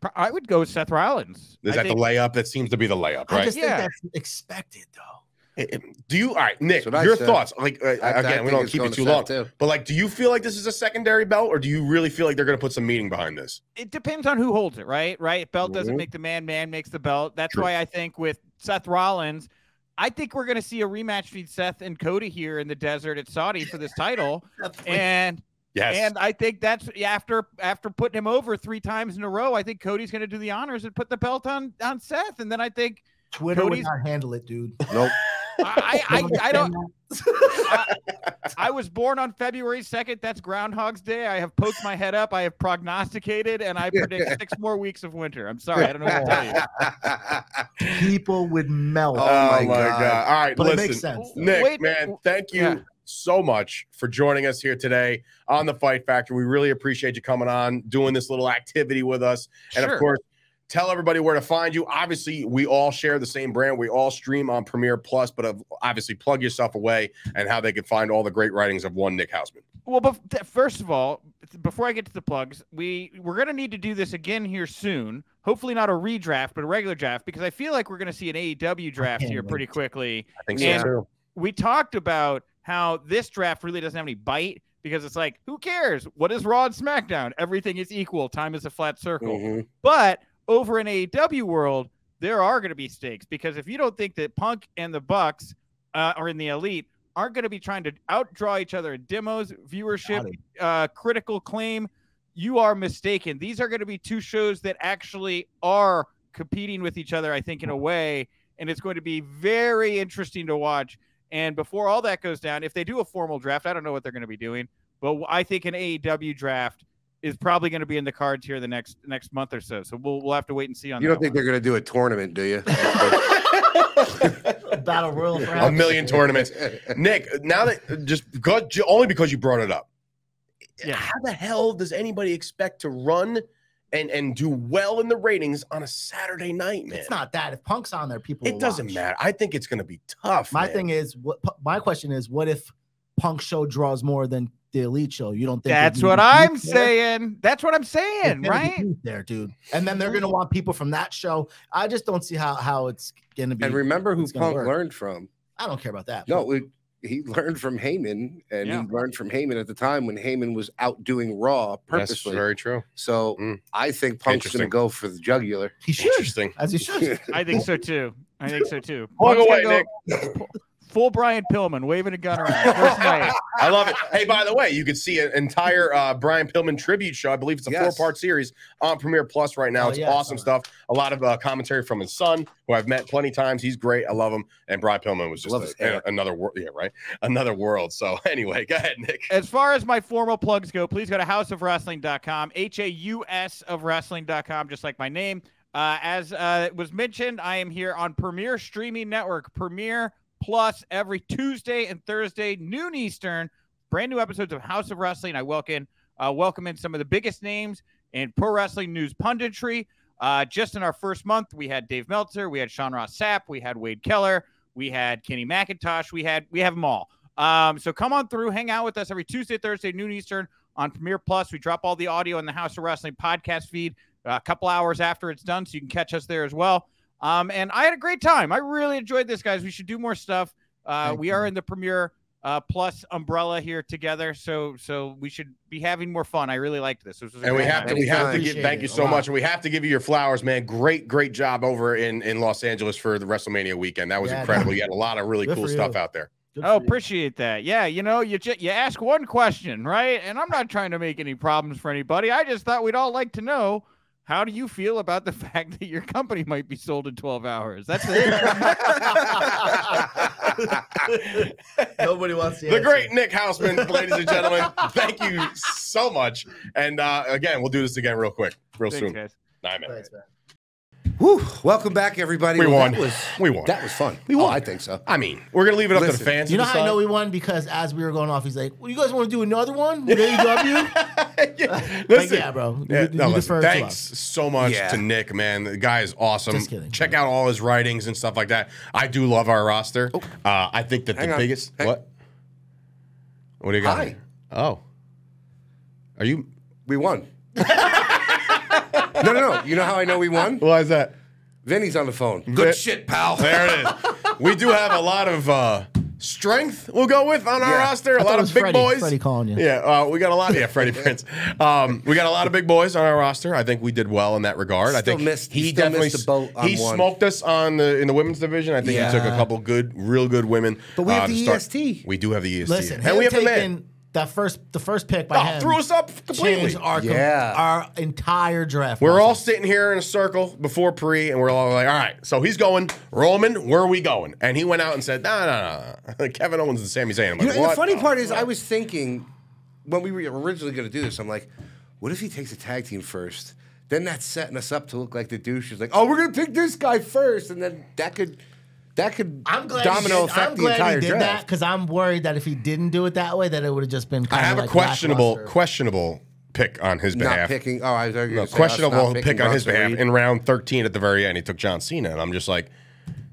[SPEAKER 4] Pro- i would go with seth rollins
[SPEAKER 2] Is
[SPEAKER 4] I
[SPEAKER 2] that
[SPEAKER 4] think-
[SPEAKER 2] the layup? That seems to be the layup,
[SPEAKER 3] I
[SPEAKER 2] right?
[SPEAKER 3] just
[SPEAKER 4] Yeah.
[SPEAKER 3] think that's expected though.
[SPEAKER 2] It- it- Do you all right, Nick?
[SPEAKER 1] That's what I
[SPEAKER 2] Your
[SPEAKER 1] said.
[SPEAKER 2] thoughts? Like uh,
[SPEAKER 1] I
[SPEAKER 2] again,
[SPEAKER 1] think
[SPEAKER 2] we don't
[SPEAKER 1] it's
[SPEAKER 2] keep you
[SPEAKER 1] going to
[SPEAKER 2] too long.
[SPEAKER 1] Fed, too.
[SPEAKER 2] But like, do you feel like this is a secondary belt, or do you really feel like they're going to put some meaning behind this?
[SPEAKER 4] it depends on who holds it, right? Right? Belt doesn't
[SPEAKER 1] Mhm.
[SPEAKER 4] make the man, man makes the belt. That's
[SPEAKER 2] Mm-hmm. True.
[SPEAKER 4] why I think with Seth Rollins, I think we're going to see a rematch between Seth and Cody here in the desert at Saudi for this title. and
[SPEAKER 2] Yes.
[SPEAKER 4] and I think that's yeah, after after putting him over three times in a row, I think Cody's going to do the honors and put the belt on on Seth. And then I think
[SPEAKER 3] Twitter
[SPEAKER 4] Cody's-
[SPEAKER 3] would not handle it, dude.
[SPEAKER 1] Nope.
[SPEAKER 4] I I,
[SPEAKER 3] You
[SPEAKER 4] I, I don't.
[SPEAKER 3] understand
[SPEAKER 4] I was born on February 2nd. That's Groundhog's Day. I have poked my head up. I have prognosticated, and I predict six more weeks of winter. I'm sorry. I don't know
[SPEAKER 2] Oh
[SPEAKER 4] what to tell you.
[SPEAKER 3] that? People would melt.
[SPEAKER 1] Oh my God.
[SPEAKER 2] All right,
[SPEAKER 3] but
[SPEAKER 2] listen,
[SPEAKER 3] it makes sense. though.
[SPEAKER 2] Nick,
[SPEAKER 4] Wait,
[SPEAKER 2] man, thank you
[SPEAKER 4] yeah.
[SPEAKER 2] so much for joining us here today on the Fight Factor. We really appreciate you coming on, doing this little activity with us, and
[SPEAKER 4] Sure.
[SPEAKER 2] of course. Tell everybody where to find you. Obviously, we all share the same brand. We all stream on Premiere Plus, but uh, obviously, plug yourself away and how they can find all the great writings of one Nick Hausman.
[SPEAKER 4] Well, bef- th- first of all, th- before I get to the plugs, we we're gonna need to do this again here soon. Hopefully, not a redraft, but a regular draft because I feel like we're gonna see an AEW draft
[SPEAKER 3] can't
[SPEAKER 4] here
[SPEAKER 3] wait.
[SPEAKER 4] pretty quickly.
[SPEAKER 2] I think
[SPEAKER 4] Yeah.
[SPEAKER 2] so too.
[SPEAKER 4] We talked about how this draft really doesn't have any bite because it's like, who cares? What is Raw and SmackDown? Everything is equal. Time is a flat circle.
[SPEAKER 3] Mm.
[SPEAKER 1] Mhm.
[SPEAKER 4] But over in AEW world, there are going to be stakes because if you don't think that Punk and the Bucks uh, are in the elite, aren't going to be trying to outdraw each other in demos, viewership, uh, critical claim, you are mistaken. These are going to be two shows that actually are competing with each other, I think, in a way. And it's going to be very interesting to watch. And before all that goes down, if they do a formal draft, I don't know what they're going to be doing, but I think an AEW draft is probably going to be in the cards here the next next month or so. So we'll we'll have to wait and see on
[SPEAKER 1] You
[SPEAKER 4] that.
[SPEAKER 1] don't think
[SPEAKER 4] one.
[SPEAKER 1] they're going to do a tournament, do you?
[SPEAKER 3] Battle Royal. for
[SPEAKER 2] A million
[SPEAKER 3] happiness.
[SPEAKER 2] tournaments. Nick, now that uh, just because only because you brought it up.
[SPEAKER 4] Yeah.
[SPEAKER 2] How the hell does anybody expect to run and and do well in the ratings on a Saturday night, man?
[SPEAKER 3] It's not that. If Punk's on there, people.
[SPEAKER 2] It
[SPEAKER 3] will
[SPEAKER 2] doesn't
[SPEAKER 3] watch.
[SPEAKER 2] matter. I think it's going to be tough.
[SPEAKER 3] My
[SPEAKER 2] man.
[SPEAKER 3] thing is, what my question is, what if Punk show draws more than the Elite show? You don't think it'll
[SPEAKER 4] That's
[SPEAKER 3] be
[SPEAKER 4] what
[SPEAKER 3] deep
[SPEAKER 4] I'm
[SPEAKER 3] there?
[SPEAKER 4] saying. That's what I'm
[SPEAKER 3] It's
[SPEAKER 4] saying,
[SPEAKER 3] gonna be
[SPEAKER 4] right?
[SPEAKER 3] deep There, dude. And then they're gonna want people from that show. I just don't see how how it's gonna be.
[SPEAKER 1] and remember who
[SPEAKER 3] It's gonna
[SPEAKER 1] Punk
[SPEAKER 3] work.
[SPEAKER 1] learned from.
[SPEAKER 3] I don't care about that.
[SPEAKER 1] No, it, he learned from Heyman, and
[SPEAKER 4] Yeah.
[SPEAKER 1] he learned from Heyman at the time when Heyman was outdoing Raw purposely.
[SPEAKER 2] true.
[SPEAKER 1] So
[SPEAKER 2] Mm.
[SPEAKER 1] I think Punk's going to
[SPEAKER 2] Interesting.
[SPEAKER 1] go for the jugular.
[SPEAKER 3] he should,
[SPEAKER 2] Interesting.
[SPEAKER 3] as he should.
[SPEAKER 4] I think so too. I think so too.
[SPEAKER 2] Plug
[SPEAKER 4] Punk's
[SPEAKER 2] away,
[SPEAKER 4] gonna pu- Full Brian Pillman waving a gun around. First night.
[SPEAKER 2] I love it. Hey, by the way, you could see an entire uh, Brian Pillman tribute show. I believe it's a
[SPEAKER 1] Yes.
[SPEAKER 2] four-part series on Premiere Plus right now.
[SPEAKER 3] Oh,
[SPEAKER 2] it's
[SPEAKER 3] yeah, I
[SPEAKER 2] awesome
[SPEAKER 3] saw
[SPEAKER 2] stuff. A lot of uh, commentary from his son, who I've met plenty of times. He's great. I love him. And Brian Pillman was just
[SPEAKER 1] Love
[SPEAKER 2] a-
[SPEAKER 1] his hair.
[SPEAKER 2] another world. Yeah, right. Another world. So anyway, go ahead, Nick.
[SPEAKER 4] As far as my formal plugs go, please go to houseofwrestling.com, H A U S of wrestling.com, just like my name. Uh, as uh, was mentioned, I am here on Premier Streaming Network, Premier Plus, every Tuesday and Thursday, noon Eastern. Brand new episodes of House of Wrestling. I welcome uh, welcome in some of the biggest names in pro wrestling news punditry. Uh, just in our first month, we had Dave Meltzer, we had Sean Ross Sapp, we had Wade Keller, we had Kenny McIntosh, we had we have them all. Um, so come on through, hang out with us every Tuesday, Thursday, noon Eastern on Premiere Plus. We drop all the audio in the House of Wrestling podcast feed uh, a couple hours after it's done, so you can catch us there as well. Um, and I had a great time. I really enjoyed this, guys. We should do more stuff. Uh,
[SPEAKER 3] Thank
[SPEAKER 4] we
[SPEAKER 3] you.
[SPEAKER 4] are in the Premiere uh, Plus umbrella here together, so so we should be having more fun. I really liked this. This was a
[SPEAKER 2] And we
[SPEAKER 4] great
[SPEAKER 2] have to
[SPEAKER 4] time.
[SPEAKER 2] we have to
[SPEAKER 3] Appreciate
[SPEAKER 2] give thank
[SPEAKER 3] it.
[SPEAKER 2] you so
[SPEAKER 3] Wow.
[SPEAKER 2] much. And we have to give you your flowers, man. Great, great job over in, in Los Angeles for the WrestleMania weekend. That was
[SPEAKER 3] Yeah,
[SPEAKER 2] incredible. You had a lot of really
[SPEAKER 3] Good
[SPEAKER 2] cool
[SPEAKER 3] for
[SPEAKER 2] stuff
[SPEAKER 3] you.
[SPEAKER 2] out there.
[SPEAKER 3] Good
[SPEAKER 4] Oh,
[SPEAKER 3] for you.
[SPEAKER 4] appreciate that. Yeah, you know, you ju- you ask one question, right? And I'm not trying to make any problems for anybody. I just thought we'd all like to know how do you feel about the fact that your company might be sold in 12 hours? That's it.
[SPEAKER 3] Nobody wants to.
[SPEAKER 2] the
[SPEAKER 3] answer.
[SPEAKER 2] great Nick Houseman, ladies and gentlemen. Thank you so much. And uh, again, we'll do this again real quick, real
[SPEAKER 4] Thanks,
[SPEAKER 2] soon.
[SPEAKER 4] guys.
[SPEAKER 2] Nine minutes.
[SPEAKER 3] Thanks, man.
[SPEAKER 1] Whew. Welcome back, everybody.
[SPEAKER 2] We
[SPEAKER 1] Well,
[SPEAKER 2] won.
[SPEAKER 1] That was,
[SPEAKER 2] We won.
[SPEAKER 1] that was fun.
[SPEAKER 2] We won.
[SPEAKER 1] Oh, I think so.
[SPEAKER 2] I mean, we're gonna leave it up to
[SPEAKER 1] Listen,
[SPEAKER 2] the fans.
[SPEAKER 3] You know
[SPEAKER 2] to
[SPEAKER 3] how I know we won because as we were going off, he's like, "Well, you guys want to do another one with AEW?"
[SPEAKER 2] decide. Yeah,
[SPEAKER 3] Like,
[SPEAKER 2] Listen,
[SPEAKER 3] yeah, bro. You-
[SPEAKER 2] Yeah,
[SPEAKER 3] you
[SPEAKER 2] no,
[SPEAKER 3] defer
[SPEAKER 2] listen,
[SPEAKER 3] to
[SPEAKER 2] thanks
[SPEAKER 3] us.
[SPEAKER 2] so much
[SPEAKER 1] Yeah.
[SPEAKER 2] to Nick, man. The guy is awesome.
[SPEAKER 3] Just kidding.
[SPEAKER 2] Check out all his writings and stuff like that. I do love our roster.
[SPEAKER 3] Oh.
[SPEAKER 2] Uh, I think that
[SPEAKER 1] Hang
[SPEAKER 2] the
[SPEAKER 1] on.
[SPEAKER 2] biggest
[SPEAKER 1] Hang-
[SPEAKER 2] what? What do you got?
[SPEAKER 1] Hi.
[SPEAKER 2] here? Oh, are you?
[SPEAKER 1] We won. no, no, no. You know how I know we won?
[SPEAKER 2] Why is that?
[SPEAKER 1] Vinny's on the phone. Good
[SPEAKER 2] There-
[SPEAKER 1] shit, pal.
[SPEAKER 2] There it is. we do have a lot of uh, strength. We'll go with on our roster. A
[SPEAKER 3] I thought
[SPEAKER 2] lot
[SPEAKER 3] it
[SPEAKER 2] of
[SPEAKER 3] was
[SPEAKER 2] big
[SPEAKER 3] Freddie-
[SPEAKER 2] boys.
[SPEAKER 3] Freddie calling you.
[SPEAKER 2] Yeah, uh, we got a lot. Yeah, Freddie Prince. Um, we got a lot of big boys on our roster. I think we did well in that regard. I
[SPEAKER 1] Still
[SPEAKER 2] think
[SPEAKER 1] missed-
[SPEAKER 2] he
[SPEAKER 1] still
[SPEAKER 2] definitely
[SPEAKER 1] missed the boat on
[SPEAKER 2] he
[SPEAKER 1] one.
[SPEAKER 2] smoked us on the in the women's division. I think
[SPEAKER 1] Yeah.
[SPEAKER 2] he took a couple good, real good women.
[SPEAKER 1] But we have
[SPEAKER 2] uh,
[SPEAKER 1] the E
[SPEAKER 2] to start.
[SPEAKER 1] EST.
[SPEAKER 2] We do have the EST,
[SPEAKER 3] Listen,
[SPEAKER 2] and we have
[SPEAKER 3] taking
[SPEAKER 2] a man.
[SPEAKER 3] that first the first pick by
[SPEAKER 2] Oh,
[SPEAKER 3] him
[SPEAKER 2] threw us up completely.
[SPEAKER 3] changed our com-
[SPEAKER 1] Yeah.
[SPEAKER 3] our entire draft.
[SPEAKER 2] We're all
[SPEAKER 3] process.
[SPEAKER 2] sitting here in a circle before pre, and we're all like, all right, so he's going, Roman, where are we going? And he went out and said, no, no, no, Kevin Owens and Sami Zayn. I'm like,
[SPEAKER 1] You know, and
[SPEAKER 2] what
[SPEAKER 1] the funny part is, I was thinking when we were originally going to do this, I'm like, what if he takes a tag team first? Then that's setting us up to look like the douches. Like, oh, we're going to pick this guy first, and then that could that could
[SPEAKER 3] I'm glad
[SPEAKER 1] domino
[SPEAKER 3] he did,
[SPEAKER 1] effect
[SPEAKER 3] I'm
[SPEAKER 1] the
[SPEAKER 3] glad
[SPEAKER 1] entire
[SPEAKER 3] he did that
[SPEAKER 1] draft.
[SPEAKER 3] because I'm worried that if he didn't do it that way, that it would have just been.
[SPEAKER 2] I
[SPEAKER 3] Kind
[SPEAKER 2] have
[SPEAKER 3] of
[SPEAKER 2] a
[SPEAKER 3] like
[SPEAKER 2] questionable,
[SPEAKER 3] lackluster.
[SPEAKER 2] questionable pick on his
[SPEAKER 1] not
[SPEAKER 2] behalf.
[SPEAKER 1] picking. Oh, I was going to
[SPEAKER 2] A
[SPEAKER 1] say us
[SPEAKER 2] questionable
[SPEAKER 1] not picking
[SPEAKER 2] pick on his
[SPEAKER 1] Bronson
[SPEAKER 2] behalf
[SPEAKER 1] Reed.
[SPEAKER 2] in round 13 at the very end. He took John Cena, and I'm just like,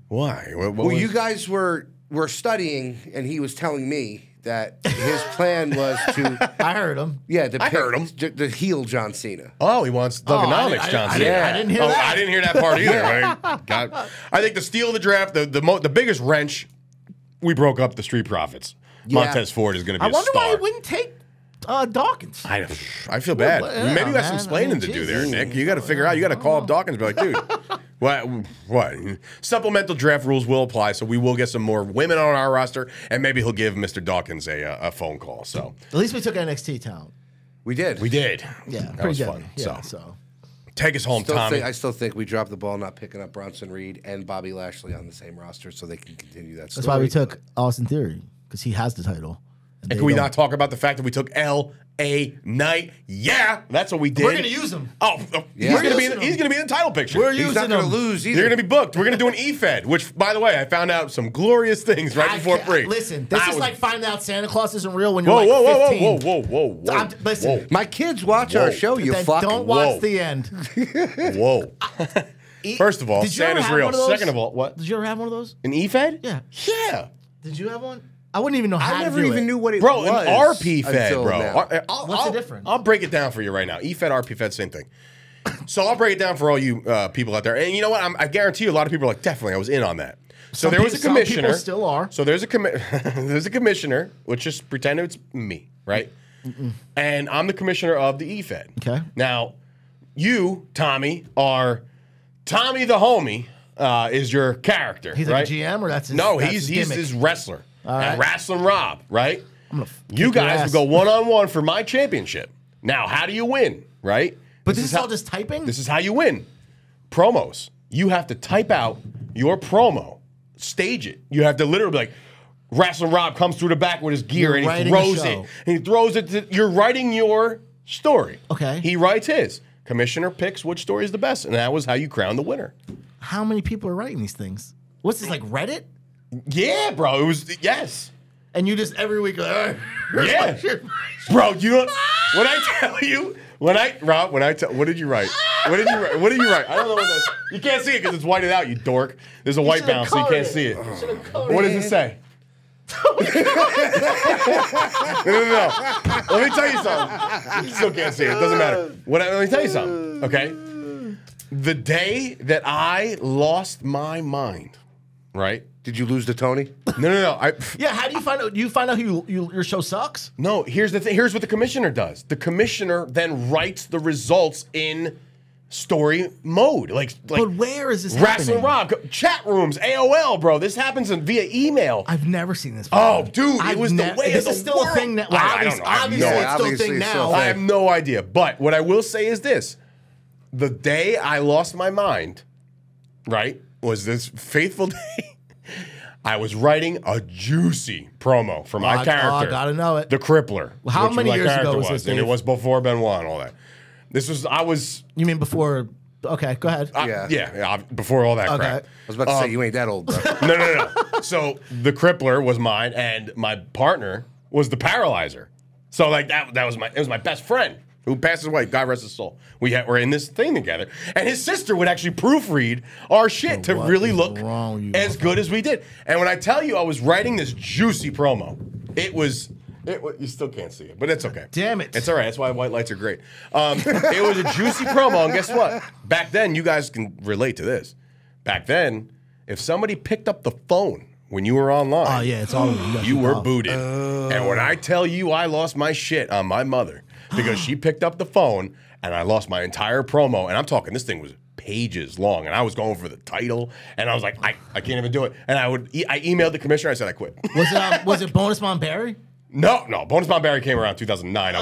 [SPEAKER 2] why? What, what
[SPEAKER 1] Well,
[SPEAKER 2] was-
[SPEAKER 1] you guys were were studying, and he was telling me that his plan was to
[SPEAKER 3] I heard him.
[SPEAKER 1] yeah, to
[SPEAKER 2] I
[SPEAKER 1] pick,
[SPEAKER 2] heard him.
[SPEAKER 1] to, to heal John Cena.
[SPEAKER 2] Oh, he wants Thugonomics,
[SPEAKER 3] I- I-
[SPEAKER 2] John
[SPEAKER 3] I
[SPEAKER 2] Cena.
[SPEAKER 1] didn't- I didn't
[SPEAKER 3] hear
[SPEAKER 2] oh,
[SPEAKER 3] that.
[SPEAKER 2] I didn't hear that part either. I, God. I think the steal of the draft, the the, mo- the biggest wrench, we broke up the street profits.
[SPEAKER 1] Yeah.
[SPEAKER 2] Montez Ford is going to be
[SPEAKER 3] I
[SPEAKER 2] a
[SPEAKER 3] wonder why
[SPEAKER 2] star.
[SPEAKER 3] he wouldn't take uh, Dawkins.
[SPEAKER 2] I, don't- I feel bad.
[SPEAKER 3] Well, yeah,
[SPEAKER 2] Maybe you have some
[SPEAKER 3] man. I
[SPEAKER 2] explaining
[SPEAKER 3] mean,
[SPEAKER 2] to do
[SPEAKER 3] geez. Oh.
[SPEAKER 2] there, Nick. You got to figure out. You got to call up Dawkins and be like, dude, what? What? Supplemental draft rules will apply, so we will get some more women on our roster, and maybe he'll give Mr. Dawkins a uh, a phone call. So
[SPEAKER 3] At least we took NXT talent.
[SPEAKER 1] We did.
[SPEAKER 2] we did.
[SPEAKER 3] Yeah,
[SPEAKER 2] that
[SPEAKER 3] pretty
[SPEAKER 2] was
[SPEAKER 3] good.
[SPEAKER 2] fun. so.
[SPEAKER 3] Yeah, so.
[SPEAKER 2] take us home,
[SPEAKER 1] Still
[SPEAKER 2] Tommy.
[SPEAKER 1] think- I still think we dropped the ball not picking up Bronson Reed and Bobby Lashley on the same roster, so they can continue that.
[SPEAKER 3] That's why we
[SPEAKER 1] story.
[SPEAKER 3] took Austin Theory because he has the title. And
[SPEAKER 2] And
[SPEAKER 3] they
[SPEAKER 2] can we
[SPEAKER 3] don't.
[SPEAKER 2] not talk about the fact that we took L A Night? Yeah, that's what we did.
[SPEAKER 3] We're gonna use him.
[SPEAKER 2] Oh, oh, he's
[SPEAKER 1] We're
[SPEAKER 2] gonna be in,
[SPEAKER 3] using
[SPEAKER 2] he's
[SPEAKER 3] him.
[SPEAKER 2] gonna be in the title picture.
[SPEAKER 3] We're
[SPEAKER 1] He's
[SPEAKER 3] using
[SPEAKER 1] not going to
[SPEAKER 3] him.
[SPEAKER 1] lose either.
[SPEAKER 2] You're gonna be booked. We're gonna do an EFED, which, by the way, I found out some glorious things right
[SPEAKER 3] I
[SPEAKER 2] before
[SPEAKER 3] can't-
[SPEAKER 2] free.
[SPEAKER 3] Listen, this
[SPEAKER 2] I
[SPEAKER 3] is
[SPEAKER 2] was-
[SPEAKER 3] like finding out Santa Claus isn't real when you're
[SPEAKER 2] whoa,
[SPEAKER 3] like
[SPEAKER 2] whoa, whoa,
[SPEAKER 3] 15.
[SPEAKER 2] whoa, whoa, whoa, whoa,
[SPEAKER 3] I'm- listen.
[SPEAKER 1] My kids watch
[SPEAKER 2] Whoa.
[SPEAKER 1] our show. You
[SPEAKER 3] Then
[SPEAKER 1] fuck.
[SPEAKER 3] don't watch
[SPEAKER 2] whoa.
[SPEAKER 3] the end.
[SPEAKER 2] whoa, whoa. First of all,
[SPEAKER 3] Did you ever
[SPEAKER 2] Santa's
[SPEAKER 3] have
[SPEAKER 2] real.
[SPEAKER 3] one of those?
[SPEAKER 2] Second of all, what?
[SPEAKER 3] Did you ever have one of those?
[SPEAKER 2] An EFED?
[SPEAKER 3] Yeah.
[SPEAKER 2] Yeah.
[SPEAKER 3] Did you have one? I wouldn't even know how
[SPEAKER 1] I
[SPEAKER 3] to
[SPEAKER 1] never
[SPEAKER 3] do
[SPEAKER 1] even
[SPEAKER 3] it.
[SPEAKER 1] knew what it
[SPEAKER 2] Bro,
[SPEAKER 1] was.
[SPEAKER 2] an RP fed,
[SPEAKER 1] until
[SPEAKER 2] bro.
[SPEAKER 1] now.
[SPEAKER 2] I- I'll-
[SPEAKER 3] What's the
[SPEAKER 2] I'll-
[SPEAKER 3] difference?
[SPEAKER 2] I'll break it down for you right now. E fed, RP fed, same thing. So I'll break it down for all you uh, people out there. And you know what? I'm, I guarantee you, a lot of people are like, definitely, I was in on that. So
[SPEAKER 3] Some
[SPEAKER 2] there was
[SPEAKER 3] peo-
[SPEAKER 2] a
[SPEAKER 3] some people
[SPEAKER 2] commissioner.
[SPEAKER 3] still are.
[SPEAKER 2] So there's a commi- there's a commissioner. Let's just pretend it's me, right? And I'm the commissioner of the E fed.
[SPEAKER 3] Okay.
[SPEAKER 2] Now, you, Tommy, are Tommy the homie uh, is your character.
[SPEAKER 3] He's like
[SPEAKER 2] right?
[SPEAKER 3] a GM or that's his,
[SPEAKER 2] No,
[SPEAKER 3] that's
[SPEAKER 2] he's
[SPEAKER 3] his
[SPEAKER 2] he's
[SPEAKER 3] gimmick?
[SPEAKER 2] this wrestler. And
[SPEAKER 3] right.
[SPEAKER 2] wrestling Rob, right? you
[SPEAKER 3] kick your
[SPEAKER 2] guys
[SPEAKER 3] ass.
[SPEAKER 2] would go one on one for my championship. Now, how do you win, right?
[SPEAKER 3] But this, is,
[SPEAKER 2] how,
[SPEAKER 3] all just typing.
[SPEAKER 2] this is how you win. Promos. You have to type out your promo, stage it. You have to literally be like, Wrestling Rob comes through the back with his gear
[SPEAKER 3] You're
[SPEAKER 2] and he
[SPEAKER 3] writing
[SPEAKER 2] throws
[SPEAKER 3] the
[SPEAKER 2] it.
[SPEAKER 3] show.
[SPEAKER 2] And he throws it to you're writing your story.
[SPEAKER 3] Okay.
[SPEAKER 2] He writes his. Commissioner picks which story is the best. And that was how you crown the winner.
[SPEAKER 3] how many people are writing these things? What's this like Reddit?
[SPEAKER 2] Yeah, bro. It was yes.
[SPEAKER 3] And you just every week. Like,
[SPEAKER 2] Yeah. Bro, you don't. When I tell you, when I Rob, when I tell, what did you write? What did you write? What did you write? I don't know what that's. You can't see it because it's whited out. You dork. There's a white
[SPEAKER 3] should've
[SPEAKER 2] balance, so you
[SPEAKER 3] colored
[SPEAKER 2] can't see it.
[SPEAKER 3] You should've colored
[SPEAKER 2] What does it say? no, no, no. Let me tell you something. You still can't see it. It doesn't matter. What, I- let me tell you something. Okay. The day that I lost my mind, right?
[SPEAKER 1] Did you lose to Tony?
[SPEAKER 2] No, no, no. I,
[SPEAKER 3] Yeah, how do you find out? You find out who you, you, your show sucks.
[SPEAKER 2] No, here's the thing. Here's what the commissioner does. The commissioner then writes the results in story mode, like like
[SPEAKER 3] but where is this
[SPEAKER 2] wrestling
[SPEAKER 3] happening?
[SPEAKER 2] rock chat rooms, AOL, bro. This happens in, via email.
[SPEAKER 3] I've never seen this.
[SPEAKER 2] Oh,
[SPEAKER 3] before.
[SPEAKER 2] dude, it was the way of
[SPEAKER 3] This
[SPEAKER 2] the
[SPEAKER 3] is still
[SPEAKER 2] world.
[SPEAKER 3] a thing now.
[SPEAKER 2] I-
[SPEAKER 3] Well,
[SPEAKER 2] I don't know.
[SPEAKER 3] obviously,
[SPEAKER 2] I have
[SPEAKER 3] obviously,
[SPEAKER 2] no
[SPEAKER 3] it's
[SPEAKER 1] idea.
[SPEAKER 3] still a thing
[SPEAKER 1] Obviously, it's
[SPEAKER 3] now.
[SPEAKER 1] still a
[SPEAKER 2] I have no idea. But what I will say is this: the day I lost my mind, right, was this faithful day. I was writing a juicy promo for my
[SPEAKER 3] I- oh, I
[SPEAKER 2] character.
[SPEAKER 3] gotta know it.
[SPEAKER 2] The Crippler.
[SPEAKER 3] how
[SPEAKER 2] which
[SPEAKER 3] many
[SPEAKER 2] my
[SPEAKER 3] years ago
[SPEAKER 2] character
[SPEAKER 3] was this,
[SPEAKER 2] And it
[SPEAKER 3] Dave?
[SPEAKER 2] was before Benoit and all that. This was I was
[SPEAKER 3] You mean before? Okay, go ahead.
[SPEAKER 2] I-
[SPEAKER 1] Yeah.
[SPEAKER 2] yeah Um, yeah I- before all that
[SPEAKER 3] Okay.
[SPEAKER 2] crap.
[SPEAKER 1] I was about to say you ain't that old, bro.
[SPEAKER 2] No, no, no, no. So the crippler was mine, and my partner was the paralyzer. So like that, that was my it was my best friend who passed away. God rest his soul. We had, were in this thing together, and his sister would actually proofread our shit to
[SPEAKER 3] what
[SPEAKER 2] really
[SPEAKER 3] is
[SPEAKER 2] look
[SPEAKER 3] wrong with you,
[SPEAKER 2] as good as we did. And when I tell you, I was writing this juicy promo. It was. It, wa- you still can't see it, but it's okay.
[SPEAKER 3] Damn it.
[SPEAKER 2] It's all right. That's why white lights are great. Um, it was a juicy promo, and guess what? Back then, you guys can relate to this. Back then, If somebody picked up the phone when you were online,
[SPEAKER 3] Oh yeah, Oh. it's all
[SPEAKER 2] you were booted. and when I tell you I lost my shit on my mother because she picked up the phone and I lost my entire promo, and I'm talking this thing was pages long, and I was going for the title, and I was like, I, I can't even do it. And I would e- I emailed the commissioner, I said I quit.
[SPEAKER 3] Was it um, was it bonus Mount Barry?
[SPEAKER 2] no, no, Bonus Bomb Barry came around 2009. I
[SPEAKER 3] Oh,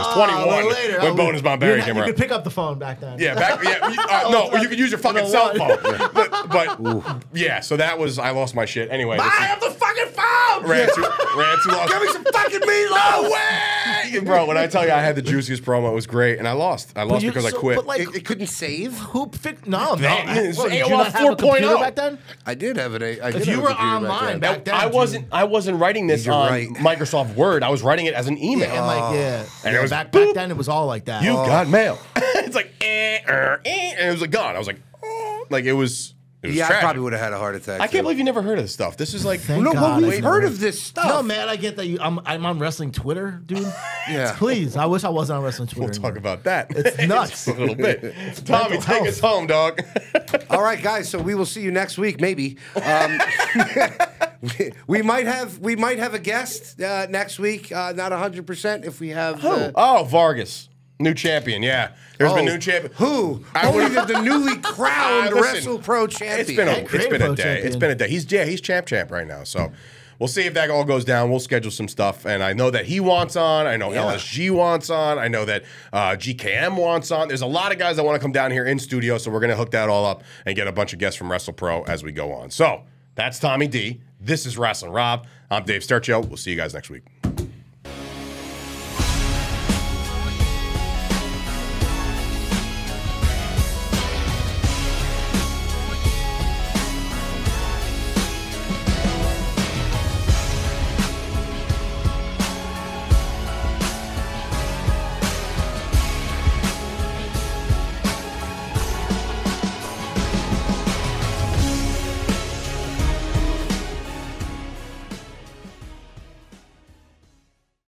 [SPEAKER 2] was 21 when Bonus Bomb Barry came
[SPEAKER 3] You
[SPEAKER 2] around.
[SPEAKER 3] could pick up the phone back then.
[SPEAKER 2] Yeah, back, yeah. you- uh, no, or you could use your fucking cell
[SPEAKER 3] Number
[SPEAKER 2] phone. But, but yeah, so that was I lost my shit. Anyway, this
[SPEAKER 1] I
[SPEAKER 2] is,
[SPEAKER 1] have the fucking phone.
[SPEAKER 2] ran too ran too long.
[SPEAKER 1] Give me some fucking meatloaf.
[SPEAKER 2] No way, bro! When I tell you I had the juiciest promo, it was great, and I lost. I lost
[SPEAKER 3] you-
[SPEAKER 2] because I
[SPEAKER 3] so-
[SPEAKER 2] quit.
[SPEAKER 3] but, like-
[SPEAKER 1] It, it couldn't save.
[SPEAKER 3] Who picked? No, no.
[SPEAKER 2] That is-
[SPEAKER 3] Well, did you
[SPEAKER 2] AOL
[SPEAKER 3] not have a computer
[SPEAKER 2] 4.0
[SPEAKER 3] back then?
[SPEAKER 1] I did have it. I did
[SPEAKER 3] you
[SPEAKER 1] have a
[SPEAKER 3] were
[SPEAKER 1] computer
[SPEAKER 3] online
[SPEAKER 1] back
[SPEAKER 3] back
[SPEAKER 1] then.
[SPEAKER 3] then-
[SPEAKER 2] I wasn't. I wasn't writing this
[SPEAKER 1] You're
[SPEAKER 2] on
[SPEAKER 1] right.
[SPEAKER 2] Microsoft Word. I was writing it as an email.
[SPEAKER 3] Oh. And like yeah,
[SPEAKER 2] And it
[SPEAKER 3] yeah,
[SPEAKER 2] was
[SPEAKER 3] back
[SPEAKER 2] boop.
[SPEAKER 3] back then it was all like that. Oh.
[SPEAKER 2] you got mail. it's like eh, er, eh, and it was like gone. I was like, oh. like it was. It was
[SPEAKER 1] yeah, I
[SPEAKER 2] tragic.
[SPEAKER 1] probably would have had a heart attack.
[SPEAKER 2] I
[SPEAKER 1] too.
[SPEAKER 2] can't believe you never heard of this stuff. This is like
[SPEAKER 3] Thank
[SPEAKER 1] No,
[SPEAKER 3] God,
[SPEAKER 1] but
[SPEAKER 3] I
[SPEAKER 1] we've
[SPEAKER 3] know.
[SPEAKER 1] heard of this stuff.
[SPEAKER 3] No man, I get that. You, I'm I'm on wrestling Twitter, dude.
[SPEAKER 1] Yeah.
[SPEAKER 3] Please, I wish I wasn't on wrestling Twitter.
[SPEAKER 2] We'll talk
[SPEAKER 3] anymore.
[SPEAKER 2] about that.
[SPEAKER 3] It's nuts.
[SPEAKER 2] a little bit. Tommy,
[SPEAKER 3] mental
[SPEAKER 2] take
[SPEAKER 3] health.
[SPEAKER 2] us home, dog.
[SPEAKER 1] All right, guys. So we will see you next week, maybe. Um, we might have we might have a guest uh, next week. Uh, not hundred percent if we have. uh,
[SPEAKER 2] oh, Vargas, new champion. Yeah, there's been
[SPEAKER 1] oh,
[SPEAKER 2] new champion.
[SPEAKER 1] Who?
[SPEAKER 2] I
[SPEAKER 1] Only
[SPEAKER 2] would've-
[SPEAKER 1] the, the newly crowned
[SPEAKER 2] Ah, listen,
[SPEAKER 1] Wrestle Pro champion.
[SPEAKER 2] It's been a
[SPEAKER 3] Hey,
[SPEAKER 2] it's been a
[SPEAKER 3] Creative Pro
[SPEAKER 2] day. It's
[SPEAKER 3] champion.
[SPEAKER 2] been a day. He's yeah, he's champ champ right now. So we'll see if that all goes down. We'll schedule some stuff. And I know that he wants on. I know
[SPEAKER 1] Yeah.
[SPEAKER 2] LSG wants on. I know that uh, GKM wants on. There's a lot of guys that want to come down here in studio. So we're gonna hook that all up and get a bunch of guests from Wrestle Pro as we go on. So that's Tommy D. This is Wrestling Rob. I'm Dave Sturcio. We'll see you guys next week.